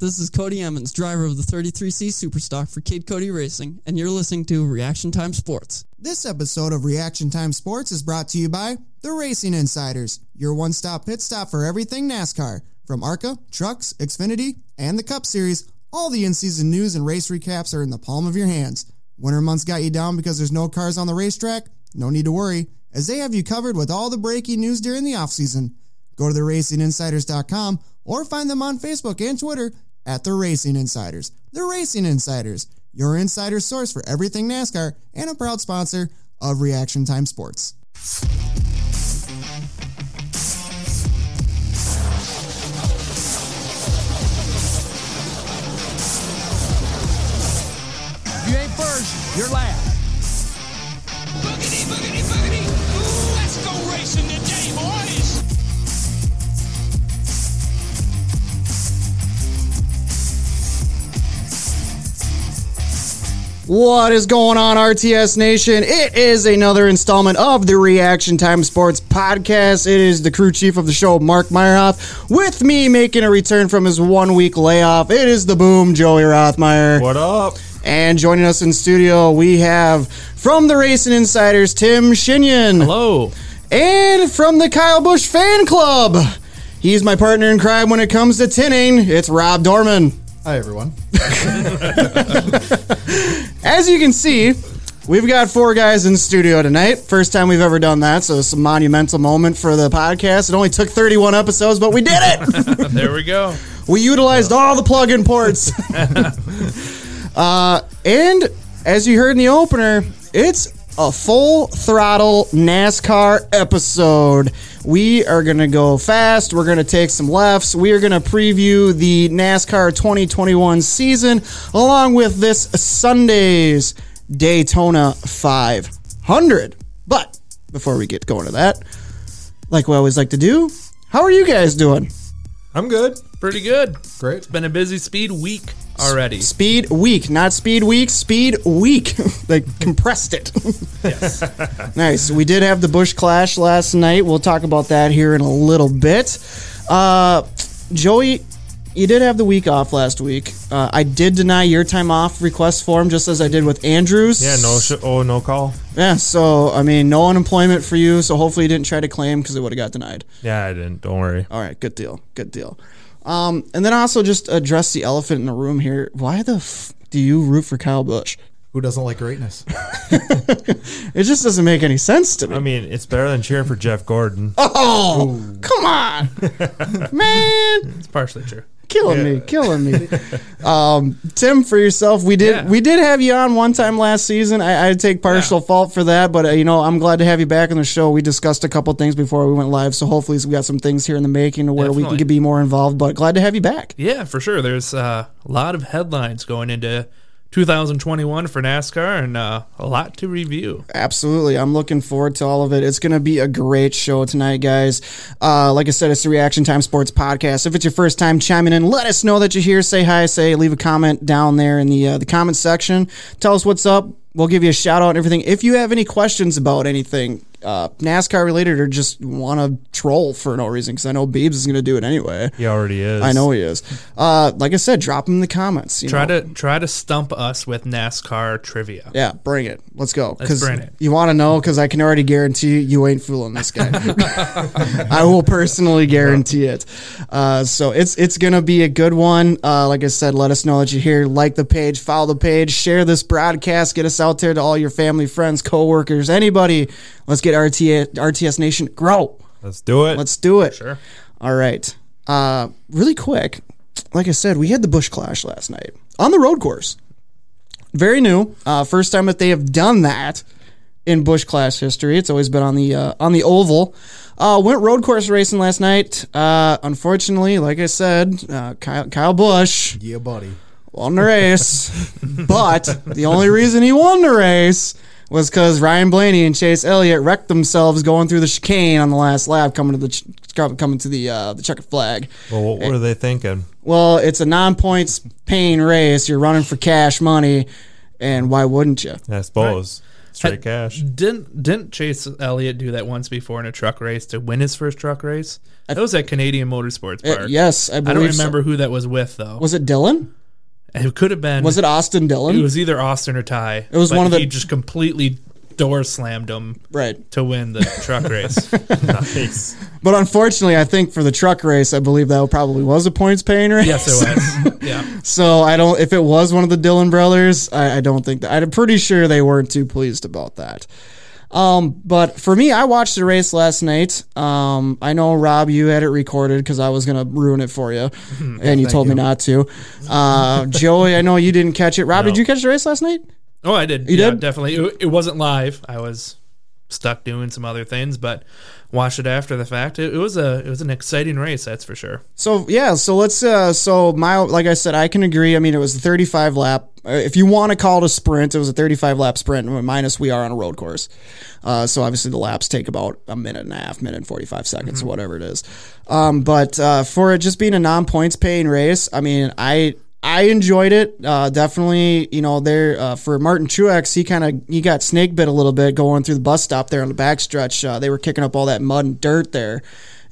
This is Cody Emmons, driver of the 33C Superstock for Kid Cody Racing, and you're listening to Reaction Time Sports. This episode of Reaction Time Sports is brought to you by The Racing Insiders, your one stop pit stop for everything NASCAR. From ARCA, trucks, Xfinity, and the Cup Series, all the in season news and race recaps are in the palm of your hands. Winter months got you down because there's no cars on the racetrack? No need to worry, as they have you covered with all the breaking news during the offseason. Go to theracinginsiders.com or find them on Facebook and Twitter at The Racing Insiders. The Racing Insiders, your insider source for everything NASCAR and a proud sponsor of Reaction Time Sports. You ain't first, you're last. Boogity, boogity, boogity. Ooh, let's go racing today, boys. What is going on, RTS Nation? It is another installment of the Reaction Time Sports Podcast. It is the crew chief of the show, Mark Meyerhoff, with me making a return from his one week layoff. It is the boom, Joey Rothmeyer. What up? And joining us in studio, we have from the Racing Insiders, Tim Shinyon. Hello. And from the Kyle Bush Fan Club, he's my partner in crime when it comes to tinning. It's Rob Dorman. Hi, everyone. As you can see, we've got four guys in studio tonight. First time we've ever done that, so it's a monumental moment for the podcast. It only took 31 episodes, but we did it! There we go. We utilized all the plug-in ports. uh, and as you heard in the opener, it's a full throttle NASCAR episode. We are going to go fast. We're going to take some lefts. We are going to preview the NASCAR 2021 season along with this Sunday's Daytona 500. But before we get going to that, like we always like to do, how are you guys doing? I'm good. Pretty good. It's Great. been a busy speed week already. Speed week, not speed week, speed week. they compressed it. nice. We did have the Bush clash last night. We'll talk about that here in a little bit. Uh, Joey, you did have the week off last week. Uh, I did deny your time off request form just as I did with Andrews. Yeah, no sh- oh no call. Yeah, so, I mean, no unemployment for you, so hopefully you didn't try to claim because it would have got denied. Yeah, I didn't. Don't worry. All right, good deal, good deal. Um, and then also just address the elephant in the room here. Why the f- do you root for Kyle Bush? Who doesn't like greatness? It just doesn't make any sense to me. I mean, it's better than cheering for Jeff Gordon. oh, come on, man, It's partially true. killing me, killing me. um, Tim, for yourself, we did Yeah. we did have you on one time last season. I, I take partial fault for that, but uh, you know I'm glad to have you back on the show. We discussed a couple things before we went live, so hopefully we got some things here in the making to where we Definitely. can be more involved. But glad to have you back. Yeah, for sure. There's uh, a lot of headlines going into 2021 for NASCAR and uh, a lot to review. Absolutely. I'm looking forward to all of it. It's going to be a great show tonight, guys. Uh, like I said, it's the Reaction Time Sports Podcast. If it's your first time chiming in, let us know that you're here. Say hi, say, leave a comment down there in the, uh, the comment section. Tell us what's up. We'll give you a shout out and everything. If you have any questions about anything, uh, NASCAR related, or just want to troll for no reason, because I know Beebs is going to do it anyway. He already is. Oh, I know he is. Uh, like I said, drop him in the comments. You Try know? to try to stump us with NASCAR trivia. Yeah, bring it. Let's go. Let's bring it. You want to know? Because I can already guarantee you, you ain't fooling this guy. I will personally guarantee it. Uh, so it's it's gonna be a good one. Uh, like I said, let us know that you're here. Like the page, follow the page, share this broadcast, get us out there to all your family, friends, coworkers, anybody. Let's get RTA, RTS Nation grow. Let's do it. Let's do it. Sure. All right. Uh, really quick, like I said, we had the Bush Clash last night on the road course. Very new. Uh, first time that they have done that in Bush Clash history. It's always been on the uh, on the oval. Uh, went road course racing last night. Uh, unfortunately, like I said, uh, Kyle, Kyle Bush yeah, buddy. won the race, but the only reason he won the race was because Ryan Blaney and Chase Elliott wrecked themselves going through the chicane on the last lap, coming to the ch- com- coming to the uh, the checkered flag. Well, what were they thinking? Well, it's a non points paying race. You're running for cash money, and why wouldn't you? I suppose. Straight cash. Didn't didn't Chase Elliott do that once before in a truck race to win his first truck race? That was at Canadian Motorsports Uh, Park. yes, I I, don't believe so. remember who that was with though. Was it Dylan? it could have been. Was it Austin Dillon? It was either Austin or Ty. It was but one of the- He just completely door slammed him right. to win the truck race. nice. But unfortunately, I think for the truck race, I believe that probably was a points paying race. Yes, it was. Yeah. So I don't. If it was one of the Dillon brothers, I, I don't think that. I'm pretty sure they weren't too pleased about that. Um, but for me, I watched the race last night. Um, I know Rob, you had it recorded because I was gonna ruin it for you, and you told me not to. Uh, Joey, I know you didn't catch it. Rob, did you catch the race last night? Oh, I did. You yeah, did? definitely. It, it wasn't live. I was stuck doing some other things, but watched it after the fact. It, it was a it was an exciting race, that's for sure. So yeah, so let's. Uh, so my, like I said, I can agree. I mean, it was a 35 lap. uh, If you want to call it a sprint, it was a 35 lap sprint. Minus we are on a road course, uh, so obviously the laps take about a minute and a half, minute and 45 seconds, or whatever it is. Um, but uh, for it just being a non points paying race, I mean, I I enjoyed it. Uh, definitely, you know, there uh, for Martin Truex, he kind of he got snake bit a little bit going through the bus stop there on the backstretch. Uh, they were kicking up all that mud and dirt there,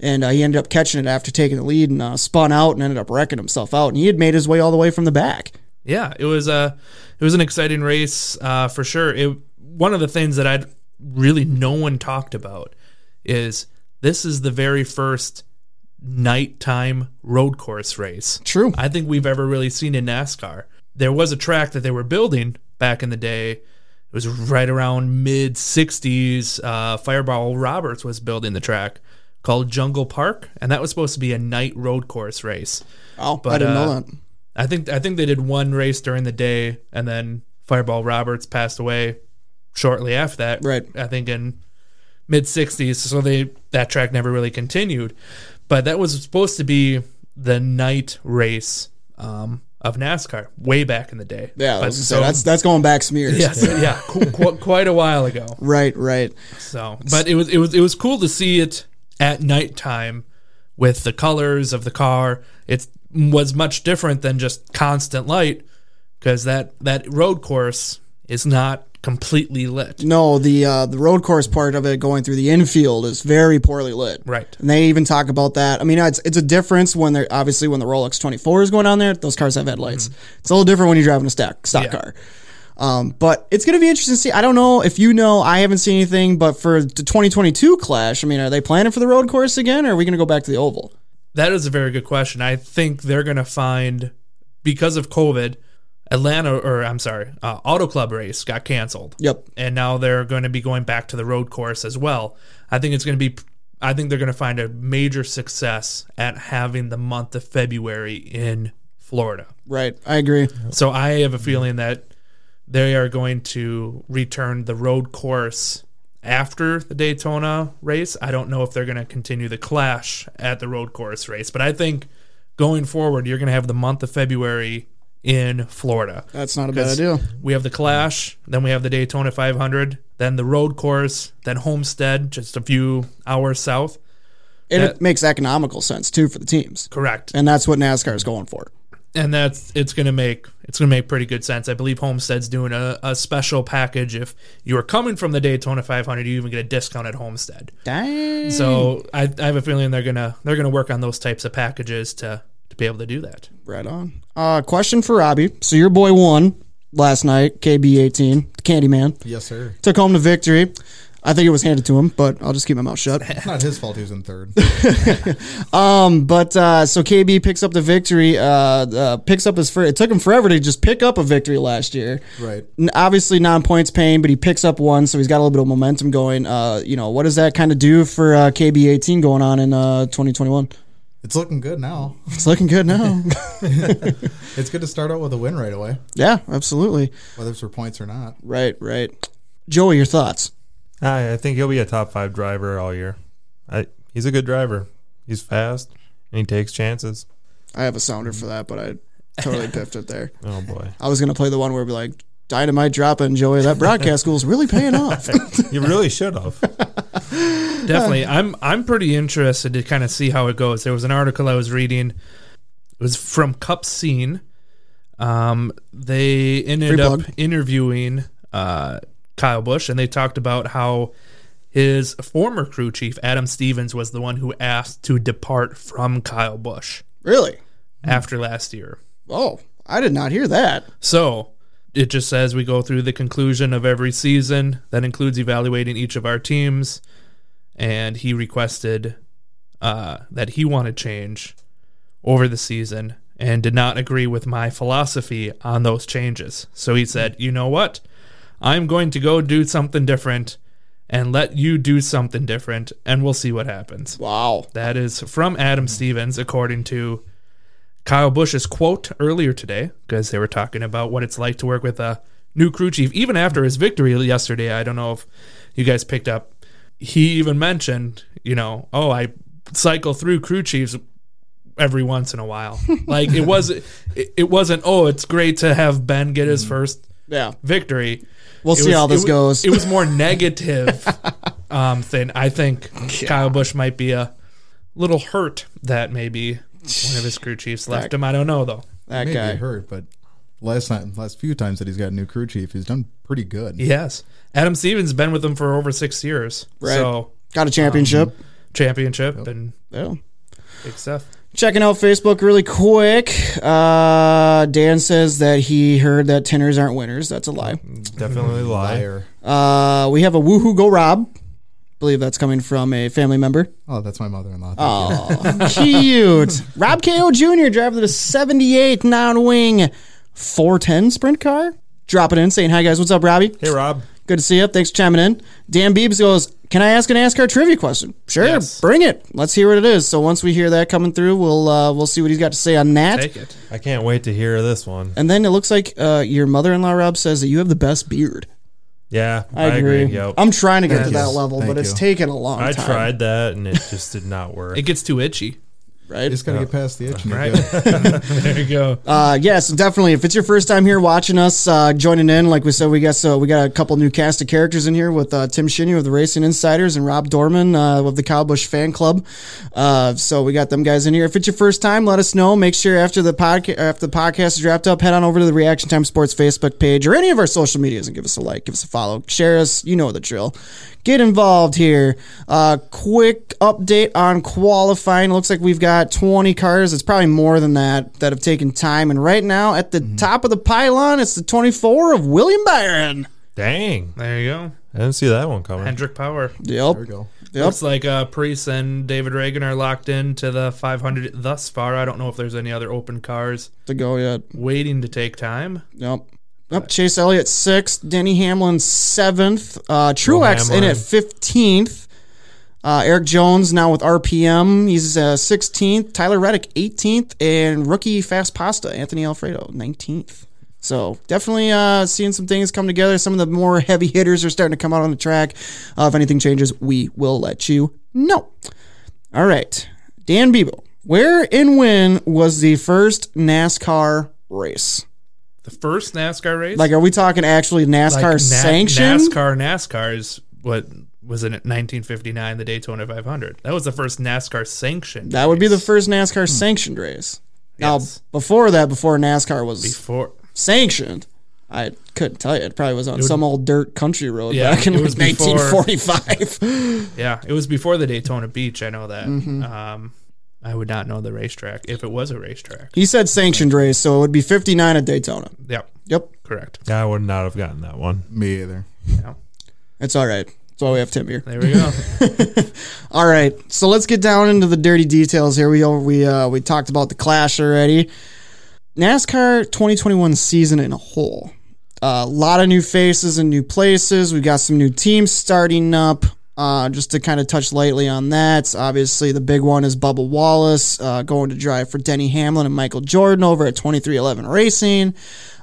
and uh, he ended up catching it after taking the lead and uh, spun out and ended up wrecking himself out. And he had made his way all the way from the back. yeah, it was a it was an exciting race uh, for sure. It one of the things that I'd really no one talked about is this is the very first nighttime road course race. True. I think we've ever really seen in NASCAR. There was a track that they were building back in the day. It was right around mid 60s. Uh, Fireball Roberts was building the track called Jungle Park, and that was supposed to be a night road course race. Oh, I But, didn't know uh, that. I think I think they did one race during the day, and then Fireball Roberts passed away shortly after that. Right. I think in mid '60s, so they that track never really continued. But that was supposed to be the night race um, of NASCAR way back in the day. Yeah, I But was gonna say, so- that's that's going back some years. yes, yeah, qu- qu- quite a while ago. Right, right. So, but it was it was it was cool to see it at nighttime with the colors of the car. It was much different than just constant light because that that road course is not completely lit. No, the uh, the road course part of it going through the infield is very poorly lit. Right. And they even talk about that. I mean, it's it's a difference when they're obviously when the Rolex 24 is going on there, those cars have headlights. Mm-hmm. It's a little different when you're driving a stock stock car. Um, but it's going to be interesting to see. I don't know if you know. I haven't seen anything, but for the 2022 Clash, I mean, are they planning for the road course again, or are we going to go back to the oval? That is a very good question. I think they're going to find because of COVID, Atlanta or I'm sorry, uh, Auto Club race got canceled. Yep. and now they're going to be going back to the road course as well. I think it's going to be. I think they're going to find a major success at having the month of February in Florida. Right. I agree. So I have a feeling that they are going to return the road course after the Daytona race. I don't know if they're going to continue the clash at the road course race, but I think going forward, you're going to have the month of February in Florida. That's not a bad 'Cause idea. We have the Clash, then we have the Daytona 500, then the road course, then Homestead, just a few hours south. And that- it makes economical sense too for the teams, Correct. and that's what NASCAR is going for. and that's it's gonna make it's gonna make pretty good sense. I believe Homestead's doing a, a special package. If you are coming from the Daytona 500, you even get a discount at Homestead. Dang. So I, I have a feeling they're gonna they're gonna work on those types of packages to to be able to do that. Right on. Uh, question for Robbie. So your boy won last night, KB18, Candyman. Yes, sir. Took home the victory. I think it was handed to him, but I'll just keep my mouth shut. It's not his fault he was in third. But uh, so KB picks up the victory. Uh, uh, picks up his first. It took him forever to just pick up a victory last year. Right. N- Obviously non points pain, but he picks up one, so he's got a little bit of momentum going. Uh, you know what does that kind of do for uh, KB18 going on in uh 2021? It's looking good now. It's looking good now. It's good to start out with a win right away, yeah, absolutely. whether it's for points or not. Right, right. Joey, your thoughts? I, I think he'll be a top five driver all year. I, he's a good driver. He's fast and he takes chances. I have a sounder for that, but I totally piffed it there. Oh boy, I was gonna play the one where it'd be like dynamite drop and Joey, that broadcast school's really paying off. you really should have. Definitely, I'm I'm pretty interested to kind of see how it goes. There was an article I was reading. It was from Cup Scene. Um, they ended Free up plug. interviewing uh, Kyle Busch, and they talked about how his former crew chief, Adam Stevens, was the one who asked to depart from Kyle Busch Really? after last year. Oh, I did not hear that. So it just says we go through the conclusion of every season. That includes evaluating each of our teams. And he requested uh, that he wanted change over the season and did not agree with my philosophy on those changes. So he said, you know what? I'm going to go do something different and let you do something different, and we'll see what happens. Wow. That is from Adam Stevens, according to Kyle Bush's quote earlier today, because they were talking about what it's like to work with a new crew chief. Even after his victory yesterday, I don't know if you guys picked up. He even mentioned, you know, oh, I cycle through crew chiefs every once in a while. like it was, it, it wasn't. Oh, it's great to have Ben get his first Yeah. victory. We'll It see was- how this it wa- goes. It was more negative um, thing. I think Kyle Bush might be a little hurt that maybe one of his crew chiefs left him. I don't know though. that Maybe guy. hurt, but last time, last few times that he's got a new crew chief, he's done pretty good. Yes, Adam Stevens has been with them for over six years. Right. So Got a championship. championship and yeah. big stuff. Checking out Facebook really quick. Uh, Dan says that he heard that tenors aren't winners. That's a lie. Mm. Definitely lie. Liar. Uh, we have a woohoo go Rob. Believe that's coming from a family member. Oh, that's my mother-in-law. Oh. Cute. Rob Ko Jr. driving the 78 non-wing 410 sprint car. Dropping in, saying hi guys. What's up, Robbie? Hey, Rob. Good to see you. Thanks for chiming in. Dan Beebs goes, Can I ask an NASCAR trivia question? Sure, Yes. bring it. Let's hear what it is. So once we hear that coming through, we'll uh, we'll see what he's got to say on that. Take it. I can't wait to hear this one. And then it looks like uh, your mother in law, Rob, says that you have the best beard. Yeah, I, I agree. agree. Yep. I'm trying to get to Thank that you. level, Thank but it's you. taken a long I time. tried that and it just did not work. It gets too itchy. Right? Just gotta get past the itch. and you're Right. good. there you go. Uh, yes, definitely. If it's your first time here watching us, uh, joining in, like we said, we got so we got a couple new cast of characters in here with uh, Tim Shinney of the Racing Insiders and Rob Dorman uh, of the Kyle Busch Fan Club. Uh, so we got them guys in here. If it's your first time, let us know. Make sure after the podcast after the podcast is wrapped up, head on over to the Reaction Time Sports Facebook page or any of our social medias and give us a like, give us a follow, share us. You know the drill. Get involved here. Uh, quick update on qualifying. Looks like we've got 20 cars. It's probably more than that that have taken time. And right now, at the Mm-hmm. top of the pylon, it's the 24 of William Byron. Dang. There you go. I didn't see that one coming. Hendrick Power. Yep. There we go. Yep. Looks like uh, Priest and David Reagan are locked in to the 500 thus far. I don't know if there's any other open cars To go yet. waiting to take time. Yep. Yep. Chase Elliott sixth, Denny Hamlin seventh, uh, Truex in Hamlin. at fifteenth. Uh, Eric Jones now with RPM, he's uh, sixteenth. Tyler Reddick eighteenth, and rookie fast pasta Anthony Alfredo nineteenth. So definitely uh, seeing some things come together. Some of the more heavy hitters are starting to come out on the track. Uh, if anything changes, we will let you know. All right, Dan Bebo, where and when was the first NASCAR race? The first NASCAR race, Like, are we talking actually NASCAR Na- sanctioned? NASCAR NASCAR's what was in 1959 the Daytona 500. That was the first NASCAR sanctioned. That would be the first NASCAR sanctioned race. Hmm. Yes. Now, before that, before NASCAR was before sanctioned, I couldn't tell you. It probably was on some old dirt country road Yeah, back in it like was before- 1945. yeah, it was before the Daytona Beach. I know that. Mm-hmm. Um, I would not know the racetrack if it was a racetrack. he said sanctioned race, so it would be 59 at Daytona. Yep, Yep, correct. I would not have gotten that one. Me either. it's all right. That's why we have Tim here. There we go. All right, so let's get down into the dirty details here. We we uh, we talked about the clash already. NASCAR 2021 season in a whole. A lot of new faces and new places. We've got some new teams starting up. Uh, just to kind of touch lightly on that, obviously the big one is Bubba Wallace uh, going to drive for Denny Hamlin and Michael Jordan over at 2311 Racing.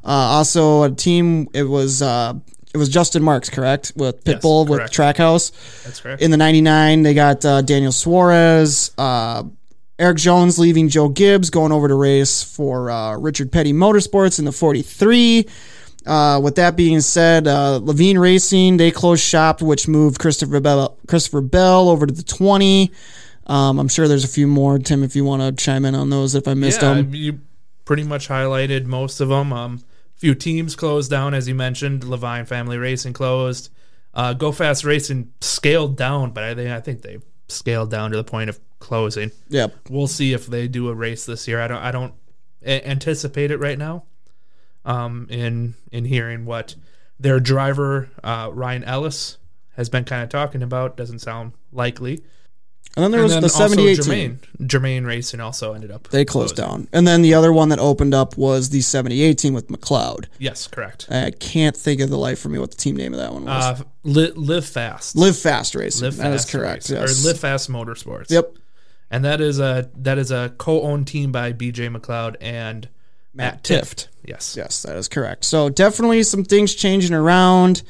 Uh, also, a team it was uh, it was Justin Marks, correct, with Pitbull correct. with Trackhouse. That's correct. In the 99, they got uh, Daniel Suarez, uh, Eric Jones leaving Joe Gibbs, going over to race for uh, Richard Petty Motorsports in the 43. Uh, with that being said, uh, Levine Racing, they closed shop, which moved Christopher Bell, Christopher Bell over to the 20. Um, I'm sure there's a few more, Tim, if you want to chime in on those if I missed yeah, them. you pretty much highlighted most of them. Um, few teams closed down, as you mentioned. Levine Family Racing closed. Uh, Go Fast Racing scaled down, but I think I think they scaled down to the point of closing. Yep. We'll see if they do a race this year. I don't I don't a- anticipate it right now. Um, in in hearing what their driver uh, Ryan Ellis has been kind of talking about doesn't sound likely. And then there And was then the also 78 team. Jermaine Jermaine Racing also ended up They closed down. And then the other one that opened up was the 78 team with McLeod. Yes, correct. I can't think of the life for me what the team name of that one was. Uh, li- live fast. live Fast Racing. Live that is Fast correct. Racing, Yes. Or Live Fast Motorsports. Yep. And that is a that is a co-owned team by BJ McLeod and Matt Tift. Yes. Yes, that is correct. So definitely some things changing around.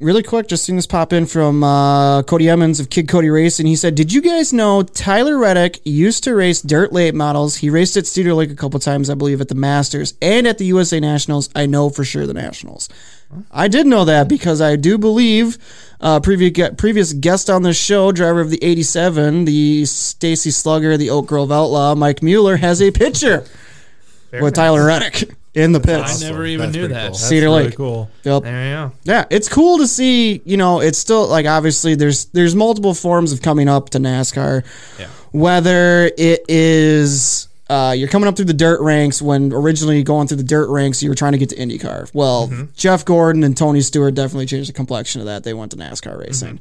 Really quick, just seen this pop in from uh, Cody Emmons of Kid Cody Racing. He said, "Did you guys know Tyler Reddick used to race dirt late models? He raced at Cedar Lake a couple times, I believe, at the Masters and at the USA Nationals. I know for sure the Nationals. I did know that because I do believe uh, previous gu- previous guest on this show, driver of the '87, the Stacy Slugger, the Oak Grove Outlaw, Mike Mueller, has a picture with Tyler Reddick in the pits. I never even That's knew pretty that. cool. That's Cedar really Lake. cool. Yep. There you go. Yeah, it's cool to see. You know, it's still like obviously there's there's multiple forms of coming up to NASCAR. Yeah. Whether it is uh, you're coming up through the dirt ranks when originally going through the dirt ranks, you were trying to get to IndyCar. Well, Jeff Gordon and Tony Stewart definitely changed the complexion of that. They went to NASCAR racing,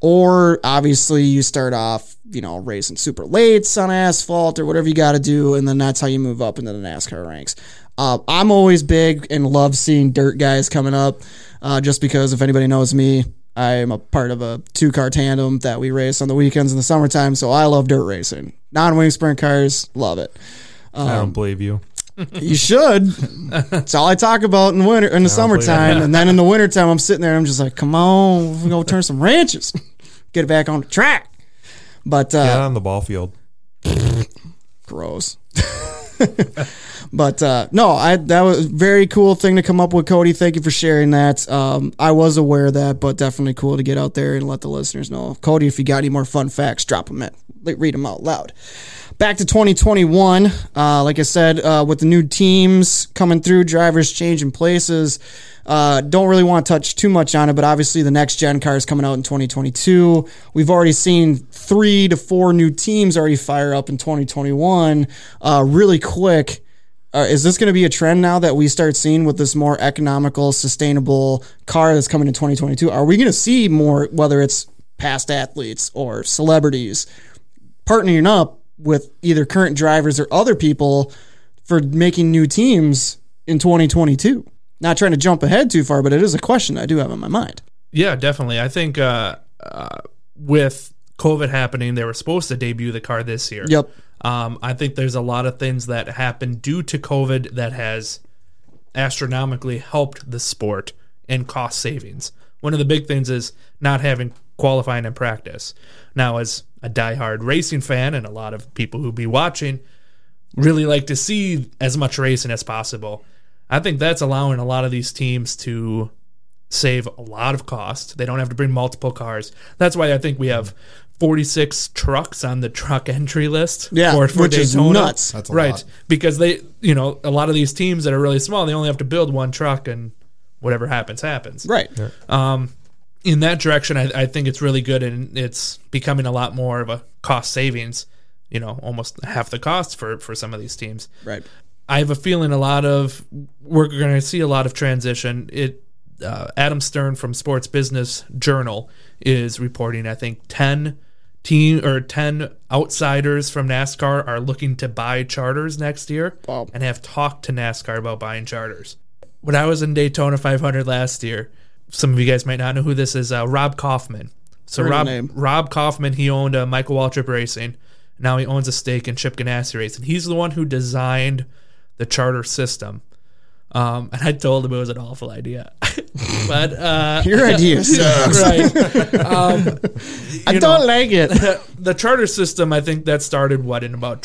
or obviously you start off you know racing super lates on asphalt or whatever you got to do, and then that's how you move up into the NASCAR ranks. Uh, I'm always big and love seeing dirt guys coming up, uh, just because if anybody knows me, I am a part of a two car tandem that we race on the weekends in the summertime. So I love dirt racing, non wing sprint cars, love it. I Um, don't believe you. uh, You should. It's all I talk about in winter, in the summertime, and then in the wintertime, I'm sitting there, I'm just like, come on, we go turn some ranches, get it back on the track. But uh, Get on the ball field. gross. but uh, no, I that was a very cool thing to come up with, Cody. Thank you for sharing that. Um, I was aware of that, but definitely cool to get out there and let the listeners know. Cody, if you got any more fun facts, drop them in. Like, Read them out loud. Back to 2021. Uh, like I said, uh, with the new teams coming through, drivers changing places. Uh, don't really want to touch too much on it, but obviously the next gen car is coming out in 2022. We've already seen three to four new teams already fire up in 2021 uh, really quick uh, is this going to be a trend now that we start seeing with this more economical, sustainable car that's coming in 2022? Are we going to see more, whether it's past athletes or celebrities, partnering up with either current drivers or other people for making new teams in 2022? Not trying to jump ahead too far, but it is a question I do have in my mind. Yeah, definitely. I think uh, uh, with COVID happening, they were supposed to debut the car this year. Yep. Um, I think there's a lot of things that happened due to COVID that has astronomically helped the sport in cost savings. One of the big things is not having qualifying and practice. Now, as a diehard racing fan and a lot of people who be watching, really like to see as much racing as possible. I think that's allowing a lot of these teams to save a lot of cost. They don't have to bring multiple cars. That's why I think we have 46 trucks on the truck entry list. Yeah, which is nuts. That's a right, lot. because they, you know, a lot of these teams that are really small, they only have to build one truck and whatever happens happens Right. in that direction, I, I think it's really good, and it's becoming a lot more of a cost savings. You know, almost half the cost for for some of these teams. Right. I have a feeling a lot of we're going to see a lot of transition. It uh, Adam Stern from Sports Business Journal is reporting. I think ten team or ten outsiders from NASCAR are looking to buy charters next year, Wow. and have talked to NASCAR about buying charters. When I was in Daytona 500 last year, some of you guys might not know who this is. Uh, Rob Kaufman. So Heard the Rob name. Rob Kaufman, he owned uh, Michael Waltrip Racing. Now he owns a stake in Chip Ganassi Racing. He's the one who designed the charter system. Um, and I told him it was an awful idea, but uh, Your idea sucks. right. I you don't know. like it. the charter system, I think that started what in about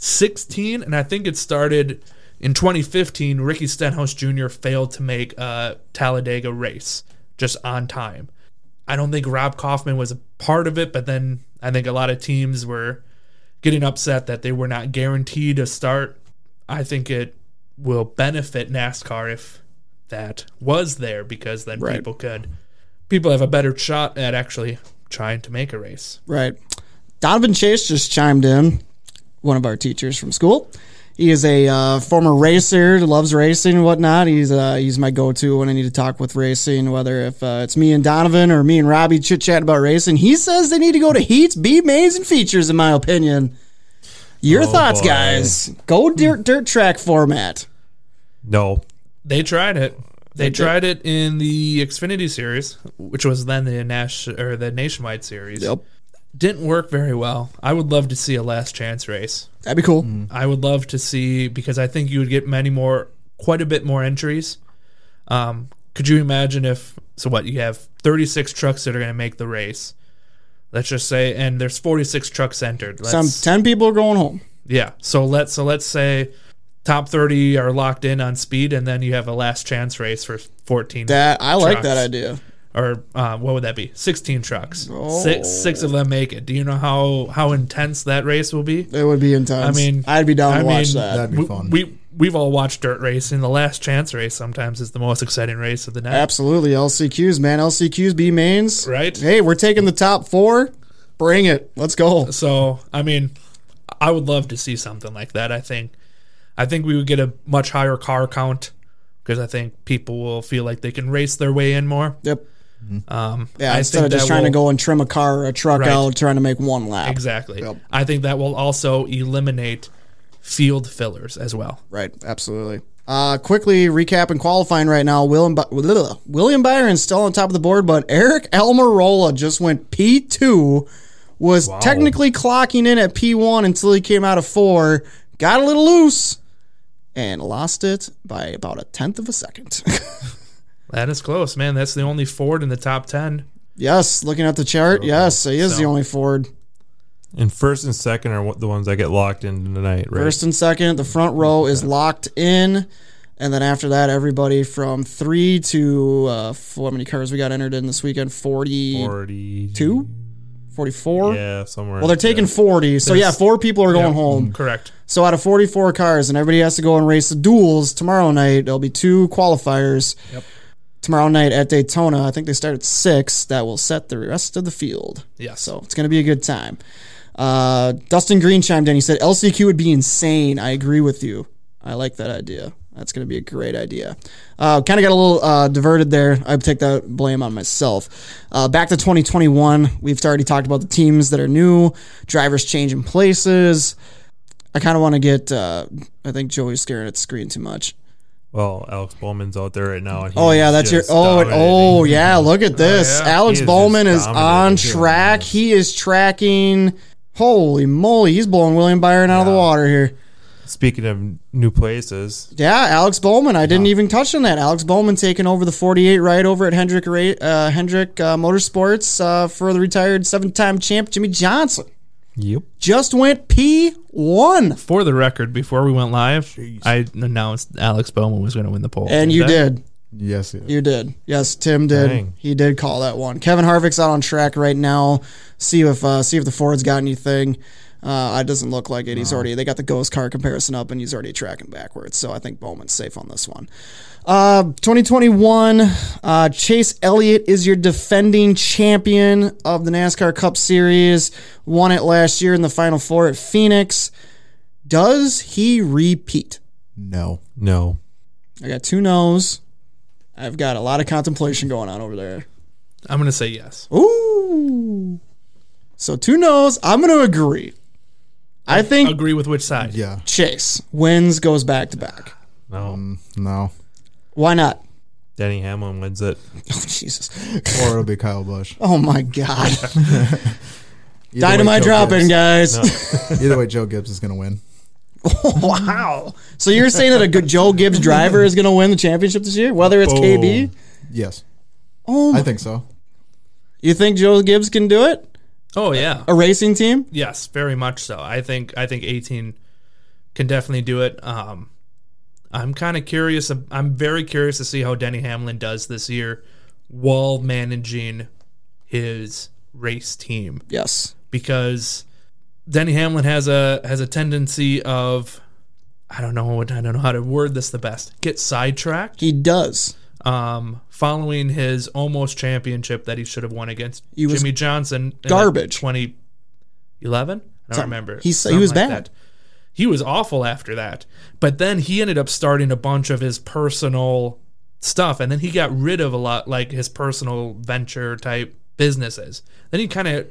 2016, and I think it started in 2015. Ricky Stenhouse Jr. failed to make a Talladega race just on time. I don't think Rob Kaufman was a part of it, but then I think a lot of teams were getting upset that they were not guaranteed a start. I think it will benefit NASCAR if that was there because then Right. people could people have a better shot at actually trying to make a race. Right. Donovan Chase just chimed in, one of our teachers from school. He is a uh, former racer, loves racing and whatnot. He's uh, he's my go-to when I need to talk with racing, whether if uh, it's me and Donovan or me and Robbie chit-chat about racing. He says they need to go to heats, B mains, and features. In my opinion, your Oh, thoughts, boy. guys? Go dirt dirt track format. No. They tried it. They did. tried it in the Xfinity series, which was then the Nash or the Nationwide series. Didn't work very well. I would love to see a last chance race. that'd be cool. I would love to see because I think you would get many more, quite a bit more entries. Um, could you imagine if so? What you have thirty six trucks that are going to make the race. Let's just say, and there's forty six trucks entered. Let's, Some ten people are going home. yeah. So let so let's say top thirty are locked in on speed, and then you have a last chance race for fourteen That I like Trucks. that idea. or uh, what would that be? Sixteen trucks. Oh. Six six of them make it. Do you know how how intense that race will be? It would be intense. I mean- I'd be down to I watch mean, that. That'd be we, fun. We we've all watched dirt racing. The last chance race sometimes is the most exciting race of the night. Absolutely, LCQs, man. LCQs, B mains. Right. Hey, we're taking the top four. Bring it. Let's go. So I mean, I would love to see something like that. I think I think we would get a much higher car count because I think people will feel like they can race their way in more. Yep. Um, Yeah. I instead of think just that trying to will- go and trim a car or a truck Right. out, trying to make one lap. exactly. Yep. I think that will also eliminate field fillers as well. Right. Absolutely. Uh, quickly recap and qualifying right now. William Bi- bleh, William Byron's still on top of the board, but Eric Almirola just went P two. Was technically clocking in at P one until he came out of four. Got a little loose. And lost it by about a tenth of a second. That is close, man. That's the only Ford in the top ten. Yes, looking at the chart, yes, he is the So- only Ford. And first and second are what- the ones that get locked in tonight, right? First and second, the front row is locked in, and then after that, everybody from three to uh, four, how many cars we got entered in this weekend? 42, 42? 44? Yeah, somewhere. Well, they're taking 40, so yeah, four people are going home. Correct. So out of 44 cars, and everybody has to go and race the duels tomorrow night. There'll be two qualifiers. Yep. Tomorrow night at Daytona, I think they start at six. That will set the rest of the field. Yes. So it's going to be a good time. Uh, Dustin Green chimed in. He said LCQ would be insane. I agree with you. I like that idea. That's going to be a great idea. Uh, kind of got a little uh, diverted there. I take that blame on myself. Uh, back to 2021. We've already talked about the teams that are new, drivers changing places. I kind of want to get. Uh, I think Joey's staring at the screen too much. Well, Alex Bowman's out there right now. And Oh he's yeah, that's your. just Oh and- dominating. oh yeah, look at this. yeah. Alex He is Bowman just is on dominating. track. He is tracking. Holy moly, he's blowing William Byron out of the water here. Speaking of new places, Yeah, Alex Bowman. I didn't even touch on that. Alex Bowman taking over the 48 right over at Hendrick Ra- uh, Hendrick uh, Motorsports uh, for the retired seven-time champ Jimmy Johnson. yep, Just went P1. For the record, before we went live, I announced Alex Bowman was going to win the poll. And you did. yes, yeah. You did. Yes, Tim did. Dang. He did call that one. Kevin Harvick's out on track right now. See if uh, see if the Ford's got anything. Uh, it doesn't look like it. He's already they got the ghost car comparison up, and he's already tracking backwards. So I think Bowman's safe on this one. Uh, 2021, uh, Chase Elliott is your defending champion of the NASCAR Cup Series. Won it last year in the Final Four at Phoenix. Does he repeat? no. no, I got two no's. I've got a lot of contemplation going on over there. I'm going to say yes. Ooh. So two no's. I'm going to agree. I think Agree with which side? Yeah, Mm, Chase wins, goes back to back. no. no. Why not? Denny Hamlin wins it. Oh, Jesus. Or it'll be Kyle Busch. Oh, my God. Either way, Dynamite Joe dropping, Gibbs- guys. Either way, Joe Gibbs is going to win. wow. So you're saying that a good Joe Gibbs driver is going to win the championship this year, whether it's KB? Yes, Oh, I my. think so. You think Joe Gibbs can do it? Oh yeah. A racing team? Yes, very much so. I think I think 18 can definitely do it. Um, I'm kind of curious. I'm very curious to see how Denny Hamlin does this year while managing his race team Yes. because Denny Hamlin has a has a tendency of I don't know what I don't know how to word this the best. Get sidetracked. He does. um, following his almost championship that he should have won against He was Jimmy Johnson. garbage. Twenty eleven. I don't Something- remember. he s- he Something was bad. that. He was awful after that. But then he ended up starting a bunch of his personal stuff, and then he got rid of a lot like his personal venture type businesses. Then he kind of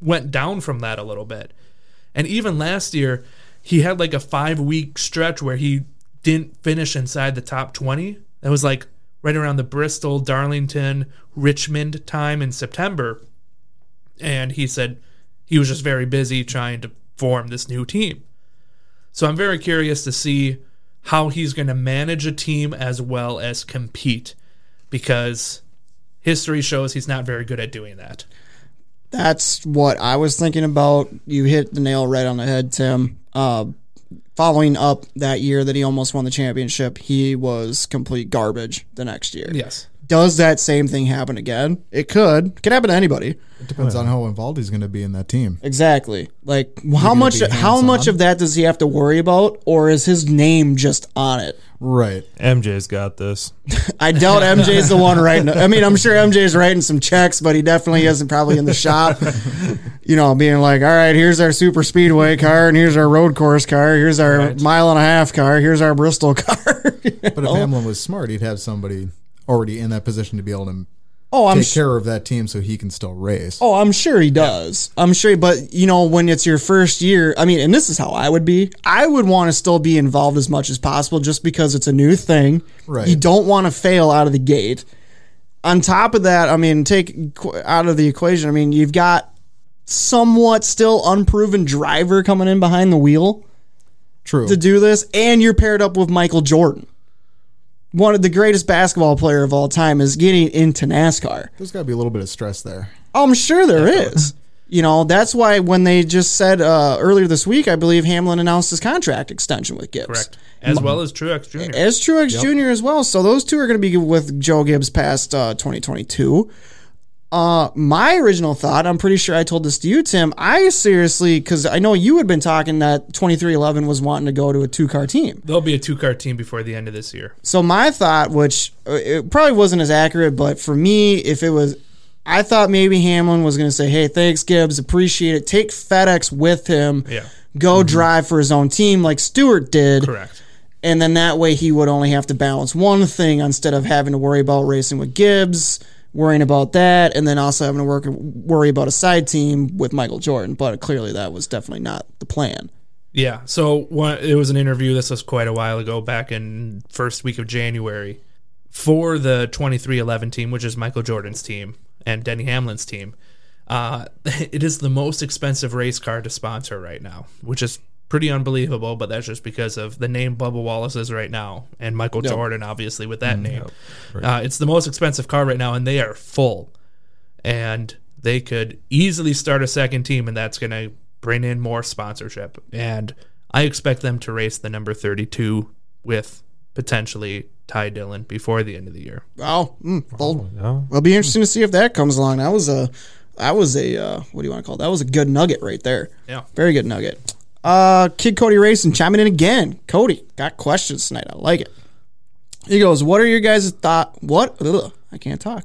went down from that a little bit. And even last year, he had like a five week stretch where he didn't finish inside the top 20. That was like right around the Bristol, Darlington, Richmond time in September. And he said he was just very busy trying to form this new team. So I'm very curious to see how he's going to manage a team as well as compete because history shows he's not very good at doing that. That's what I was thinking about. You hit the nail right on the head, Tim. Uh, following up that year that he almost won the championship, he was complete garbage the next year. Yes. Does that same thing happen again? It could. It could happen to anybody. It depends on how involved he's going to be in that team. Exactly. Like how much be how much hands-on. of that does he have to worry about or is his name just on it? Right. MJ's got this. I doubt MJ's the one writing. I mean, I'm sure MJ's writing some checks, but he definitely isn't probably in the shop, you know, being like, all right, here's our super speedway car, and here's our road course car, here's our mile and a half car, here's our Bristol car. But Oh. if Hamlin was smart, he'd have somebody already in that position to be able to oh, I'm take sure. care of that team so he can still race. Oh, I'm sure he does. I'm sure, but you know, when it's your first year, I mean, and this is how I would be. I would want to still be involved as much as possible, just because it's a new thing. Right. You don't want to fail out of the gate. On top of that, I mean, take qu- out of the equation. I mean, you've got somewhat still unproven driver coming in behind the wheel True. to do this, and you're paired up with Michael Jordan, one of the greatest basketball player of all time, is getting into NASCAR. There's got to be a little bit of stress there. Oh, I'm sure there is. You know, that's why when they just said uh, earlier this week, I believe Hamlin announced his contract extension with Gibbs. Correct. As well as Truex Jr. As Truex Jr. as well. So those two are going to be with Joe Gibbs past uh, 2022. Uh, my original thought, I'm pretty sure I told this to you, Tim. I seriously, because I know you had been talking that 2311 was wanting to go to a two car team. There'll be a two car team before the end of this year. So my thought, which uh, it probably wasn't as accurate, but for me, if it was, I thought maybe Hamlin was going to say, "Hey, thanks, Gibbs, appreciate it. Take FedEx with him. Yeah. Mm-hmm. go drive for his own team like Stewart did, Correct. and then that way he would only have to balance one thing instead of having to worry about racing with Gibbs." Worrying about that, and then also having to work worry about a side team with Michael Jordan, but clearly that was definitely not the plan. Yeah. So one, it was an interview. This was quite a while ago, back in first week of January, for the twenty three eleven team, which is Michael Jordan's team and Denny Hamlin's team. Uh, it is the most expensive race car to sponsor right now, which is pretty unbelievable. But that's just because of the name Bubba Wallace is right now, and Michael Jordan, obviously, with that name. Uh, it's the most expensive car right now, and they are full. and they could easily start a second team, and that's going to bring in more sponsorship. And I expect them to race the number 32 with potentially Ty Dillon before the end of the year. Wow, mm, bold No, Well, it'll be interesting to see if that comes along. That was a, that was a, uh, what do you want to call it? That was a good nugget right there. Yeah. Very good nugget. Uh, Kid Cody Racing chiming in again. Cody got questions tonight. I like it. He goes, "What are your guys' thought? What? Ugh, I can't talk.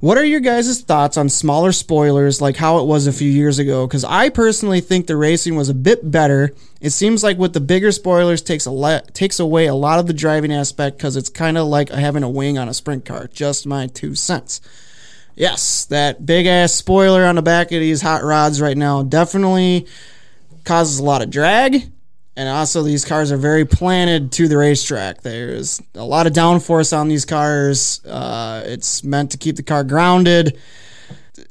What are your guys' thoughts on smaller spoilers like how it was a few years ago? Because I personally think the racing was a bit better. It seems like with the bigger spoilers takes a le- takes away a lot of the driving aspect because it's kind of like having a wing on a sprint car. Just my two cents." Yes, that big ass spoiler on the back of these hot rods right now definitely causes a lot of drag. And also, these cars are very planted to the racetrack. There's a lot of downforce on these cars. Uh, it's meant to keep the car grounded.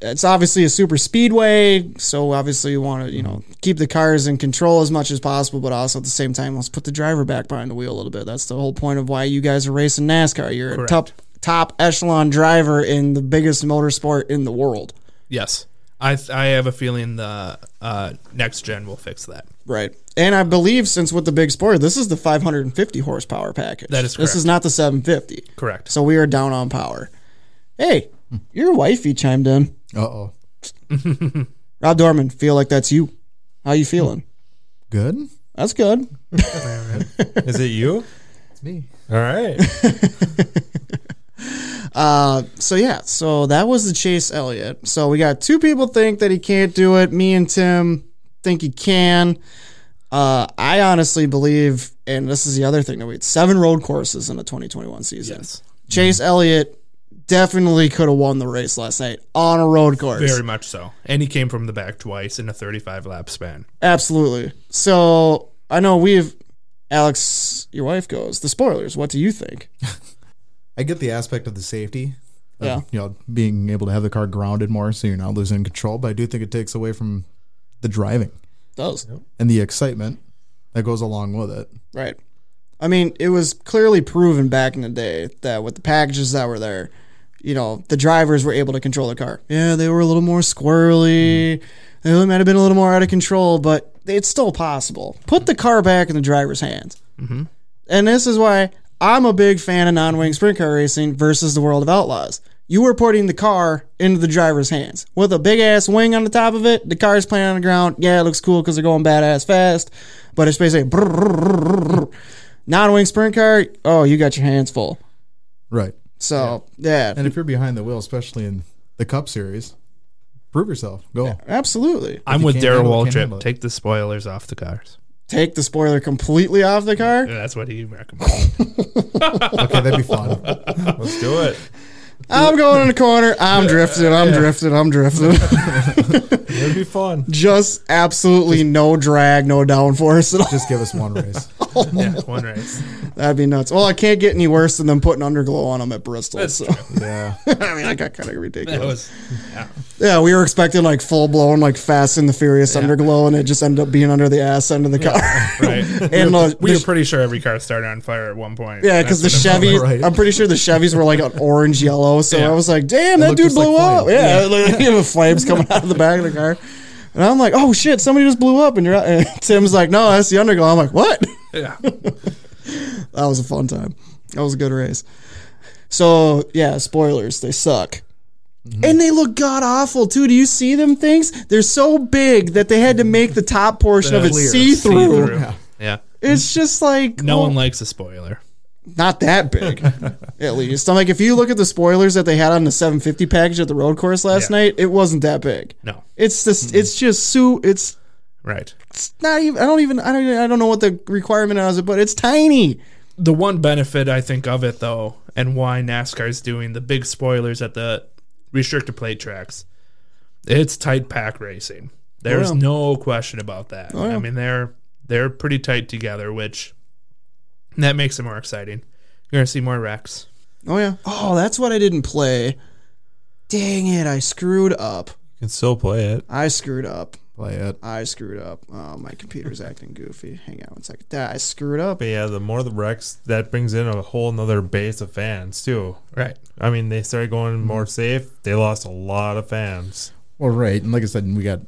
It's obviously a super speedway, so obviously you want to you know keep the cars in control as much as possible, but also at the same time let's put the driver back behind the wheel a little bit. That's the whole point of why you guys are racing NASCAR. You're a top top echelon driver in the biggest motorsport in the world. Yes. I, th- I have a feeling the uh, next gen will fix that. Right. And I believe since with the big spoiler, this is the 550 horsepower package. That is This is not the 750. Correct. So we are down on power. Hey, your wifey chimed in. Uh oh. Rob Dorman, feel like that's you. How you feeling? Good? That's good. Is it you? It's me. All right. Uh, so yeah, so that was the Chase Elliott. So we got two people think that he can't do it. Me and Tim think he can. Uh, I honestly believe, and this is the other thing that we had seven road courses in the 2021 season. Yes. Chase Elliott definitely could have won the race last night on a road course. Very much so. And he came from the back twice in a 35 lap span. Absolutely. So I know we've Alex, your wife goes the spoilers. What do you think? I get the aspect of the safety. Of, Yeah. You know, being able to have the car grounded more so you're not losing control, but I do think it takes away from the driving Does and the excitement that goes along with it. Right. I mean, it was clearly proven back in the day that with the packages that were there, you know, the drivers were able to control the car. Yeah, they were a little more squirrely. They might have been a little more out of control, but it's still possible. Put the car back in the driver's hands. Mm-hmm. And this is why I'm a big fan of non wing sprint car racing versus the world of outlaws. You are putting the car into the driver's hands with a big ass wing on the top of it. The car's playing on the ground. Yeah, it looks cool because they're going badass fast, but it's basically non wing sprint car. Oh, you got your hands full. Right. So yeah, And if you're behind the wheel, especially in the Cup Series, prove yourself. Go. absolutely. I'm you with can't Darrell handle it, can't handle Waltrip. it. Take the spoilers off the cars. Take the spoiler completely off the car. Yeah, that's what he recommends. Okay, that'd be fun. Let's do it. I'm going in the corner. I'm drifting. I'm drifting. I'm drifting. It'd be fun. Just absolutely no drag, no downforce at all. Just give us one race. yeah, one race. That'd be nuts. Well, I can't get any worse than them putting underglow on them at Bristol. so Yeah. I mean, I got kind of That ridiculous. was yeah, we were expecting like full blown, like Fast and the Furious underglow, and it just ended up being under the ass end of the car. right. and uh, We the- were pretty sure every car started on fire at one point. yeah, because the That's what Chevy, right. I'm pretty sure the Chevys were like an orange yellow. So Yeah. I was like, damn, that looked dude just like blew up. flames. Yeah, like you have flames coming out of the back of the car. And I'm like, oh shit, somebody just blew up. And, you're, and Tim's like, no, that's the underglow. I'm like, what? Yeah. That was a fun time. That was a good race. So yeah, spoilers. They suck. Mm-hmm. And they look god awful too. Do you see them things? They're so big that they had to make the top portion of it Clear. see through. See-through. Yeah. It's just like No well, one likes a spoiler. not that big, at least. I'm like, if you look at the spoilers that they had on the 750 package at the road course last Yeah. night, it wasn't that big. No. It's just, it's just so, it's Right. not even. I don't even, I don't, even, I don't know what the requirement is, but it's tiny. the one benefit I think of it though, and why NASCAR's doing the big spoilers at the restrictor plate tracks, it's tight pack racing. There's Oh, yeah. Oh, no question about that. yeah. I mean they're they're pretty tight together, which that makes it more exciting. You're gonna see more wrecks. Oh yeah. Oh, that's what I didn't play. Dang it! I screwed up. You can still play it. I screwed up. Play it. I screwed up. Oh, my computer's acting goofy. Hang on one second. That I screwed up. But yeah, the more the wrecks, that brings in a whole nother base of fans too. Right. I mean, they started going more safe. They lost a lot of fans. Well, right. And like I said, we got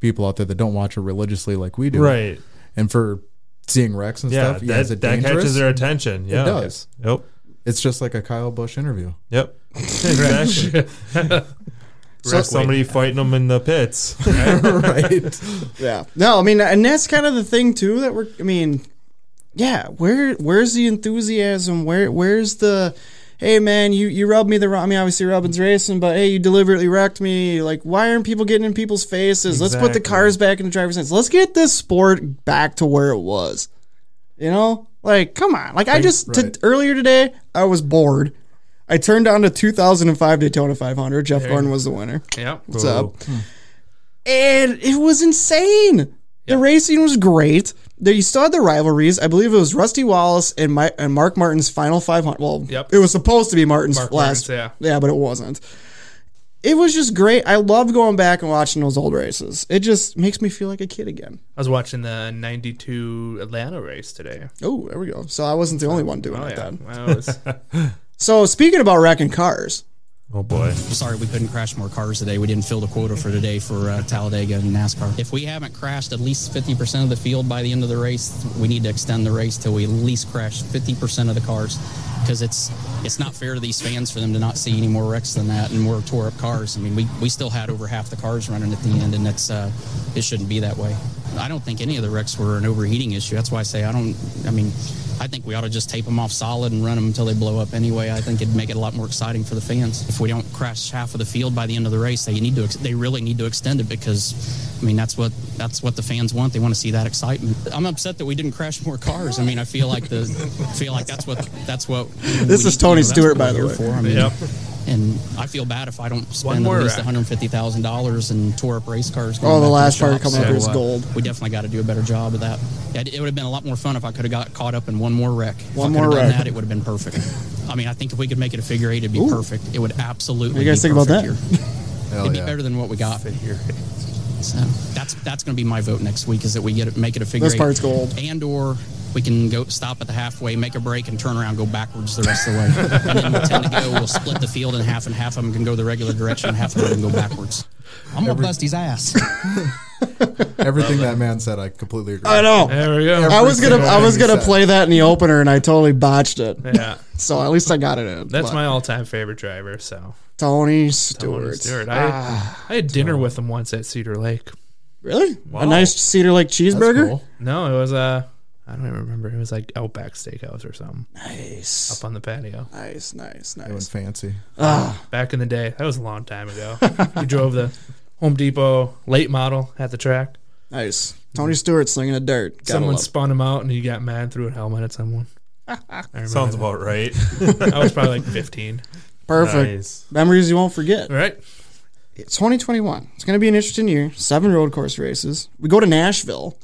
people out there that don't watch it religiously like we do. Right. And for seeing wrecks and Yeah, stuff, yeah, that, is it that dangerous? catches their attention. Yeah. does. Yep. It's just like a Kyle Bush interview. Yep. exactly. So- somebody fighting them in the pits. right. Yeah. No, I mean, and that's kind of the thing too that we're. I mean, yeah. Where where's the enthusiasm? Where where's the Hey man, you, you rubbed me the wrong. I mean, obviously Robin's racing, but hey, you deliberately wrecked me. Like, why aren't people getting in people's faces? Let's put the Exactly. cars back in the driver's hands. Let's get this sport back to where it was. You know, like come on. Like I just right. t- earlier today, I was bored. I turned on to 2005 Daytona 500. Jeff Gordon was the winner. Yeah. What's up? Hmm. And it was insane. The racing was great. There, you still had the rivalries. I believe it was Rusty Wallace and my and Mark Martin's final 500. Well, Yep. it was supposed to be Martin's Mark last. Martin's, yeah. but it wasn't. It was just great. I love going back and watching those old races. It just makes me feel like a kid again. I was watching the ninety two Atlanta race today. Oh, there we go. So I wasn't the only one doing Oh it yeah. then. Well, it was- So speaking about wrecking cars, Oh boy. Sorry, we couldn't crash more cars today. We didn't fill the quota for today for uh, Talladega and NASCAR. If we haven't crashed at least 50% of the field by the end of the race, we need to extend the race till we at least crash 50% of the cars because it's it's not fair to these fans for them to not see any more wrecks than that and more tore up cars. I mean, we, we still had over half the cars running at the end, and that's uh, it shouldn't be that way. I don't think any of the wrecks were an overheating issue. That's why I say I don't. I mean, I think we ought to just tape them off solid and run them until they blow up anyway. I think it'd make it a lot more exciting for the fans. If we don't crash half of the field by the end of the race, they need to. Ex- they really need to extend it because, I mean, that's what that's what the fans want. They want to see that excitement. I'm upset that we didn't crash more cars. I mean, I feel like the I feel like that's what that's what. This is Tony that's Stewart, what by the we're way. For. I mean, Yep. And I feel bad if I don't spend more at least rack. $150,000 and tore up race cars. going Oh, back the to last part shops. coming up so, here is uh, gold. We definitely got to do a better job of that. It, it would have been a lot more fun if I could have got caught up in one more wreck. If One I could more have done wreck. That it would have been perfect. I mean, I think if we could make it a figure eight, it'd be perfect. It would absolutely. What do you guys be think about perfect here. Hell it'd be yeah. better than what we got. Figure eight. So that's that's going to be my vote next week is that we get it, make it a figure This eight. part's gold. And or we can go stop at the halfway, make a break, and turn around, go backwards the rest of the way. and then we tend to go. We'll split the field in half, and half of them can go the regular direction, and half of them can go backwards. I'm gonna bust his ass. Everything that man said, I completely agree. I know. There we go. I was Every gonna I single was thing gonna you said. play that in the opener and I totally botched it. Yeah. So at least I got it in. That's But my all-time favorite driver. So Tony Tony Stewart. Stewart. I, Ah. I had dinner with him once at Cedar Lake. Really? A nice Cedar Lake cheeseburger. No, it was uh, I don't even remember. It was like Outback Steakhouse or something Nice. up on the patio. Nice, nice, It was nice. fancy. Back in the day, that was a long time ago. we drove the Home Depot late model at the track. Nice. Tony Stewart slinging a dirt. Gotta someone love it. spun him out, and he got mad, and threw a helmet at someone. I remember that. Sounds about right. I was probably like 15. Perfect. Nice. Memories you won't forget. All right. 2021. It's going to be an interesting year. Seven road course races. We go to Nashville,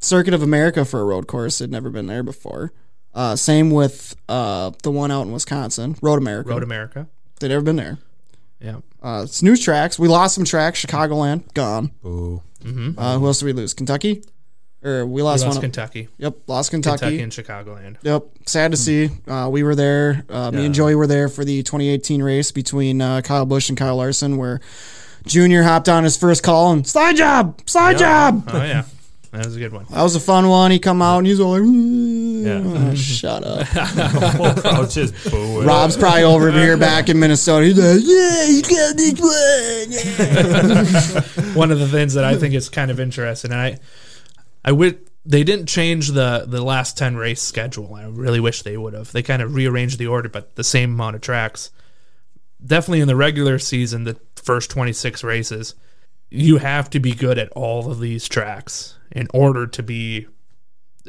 Circuit of America for a road course. I'd never been there before. Uh, same with uh, the one out in Wisconsin, Road America. Road America. They'd never been there. Yeah. Uh, it's new tracks. We lost some tracks. Chicagoland gone. Ooh. Uh, who else did we lose? Kentucky, or we We lost, lost one. Kentucky. yep, lost Kentucky Hmm. and Chicagoland. Yep. Sad to see. Uh, we were there. Uh, Me and Joey were there for the 2018 race between uh, Kyle Busch and Kyle Larson, where Junior hopped on his first call and slide job, slide job. Oh, yeah. That was a good one. That was a fun one. He come out and he's all like, Yeah. "Oh, shut up. Whole crowd just booing. Rob's probably over here back in Minnesota. He's like, yeah, you got this one. yeah." one of the things that I think is kind of interesting, and I, I would they didn't change the the last ten race schedule. I really wish they would have. They kind of rearranged the order, but the same amount of tracks. Definitely in the regular season, the first twenty six races, you have to be good at all of these tracks in order to be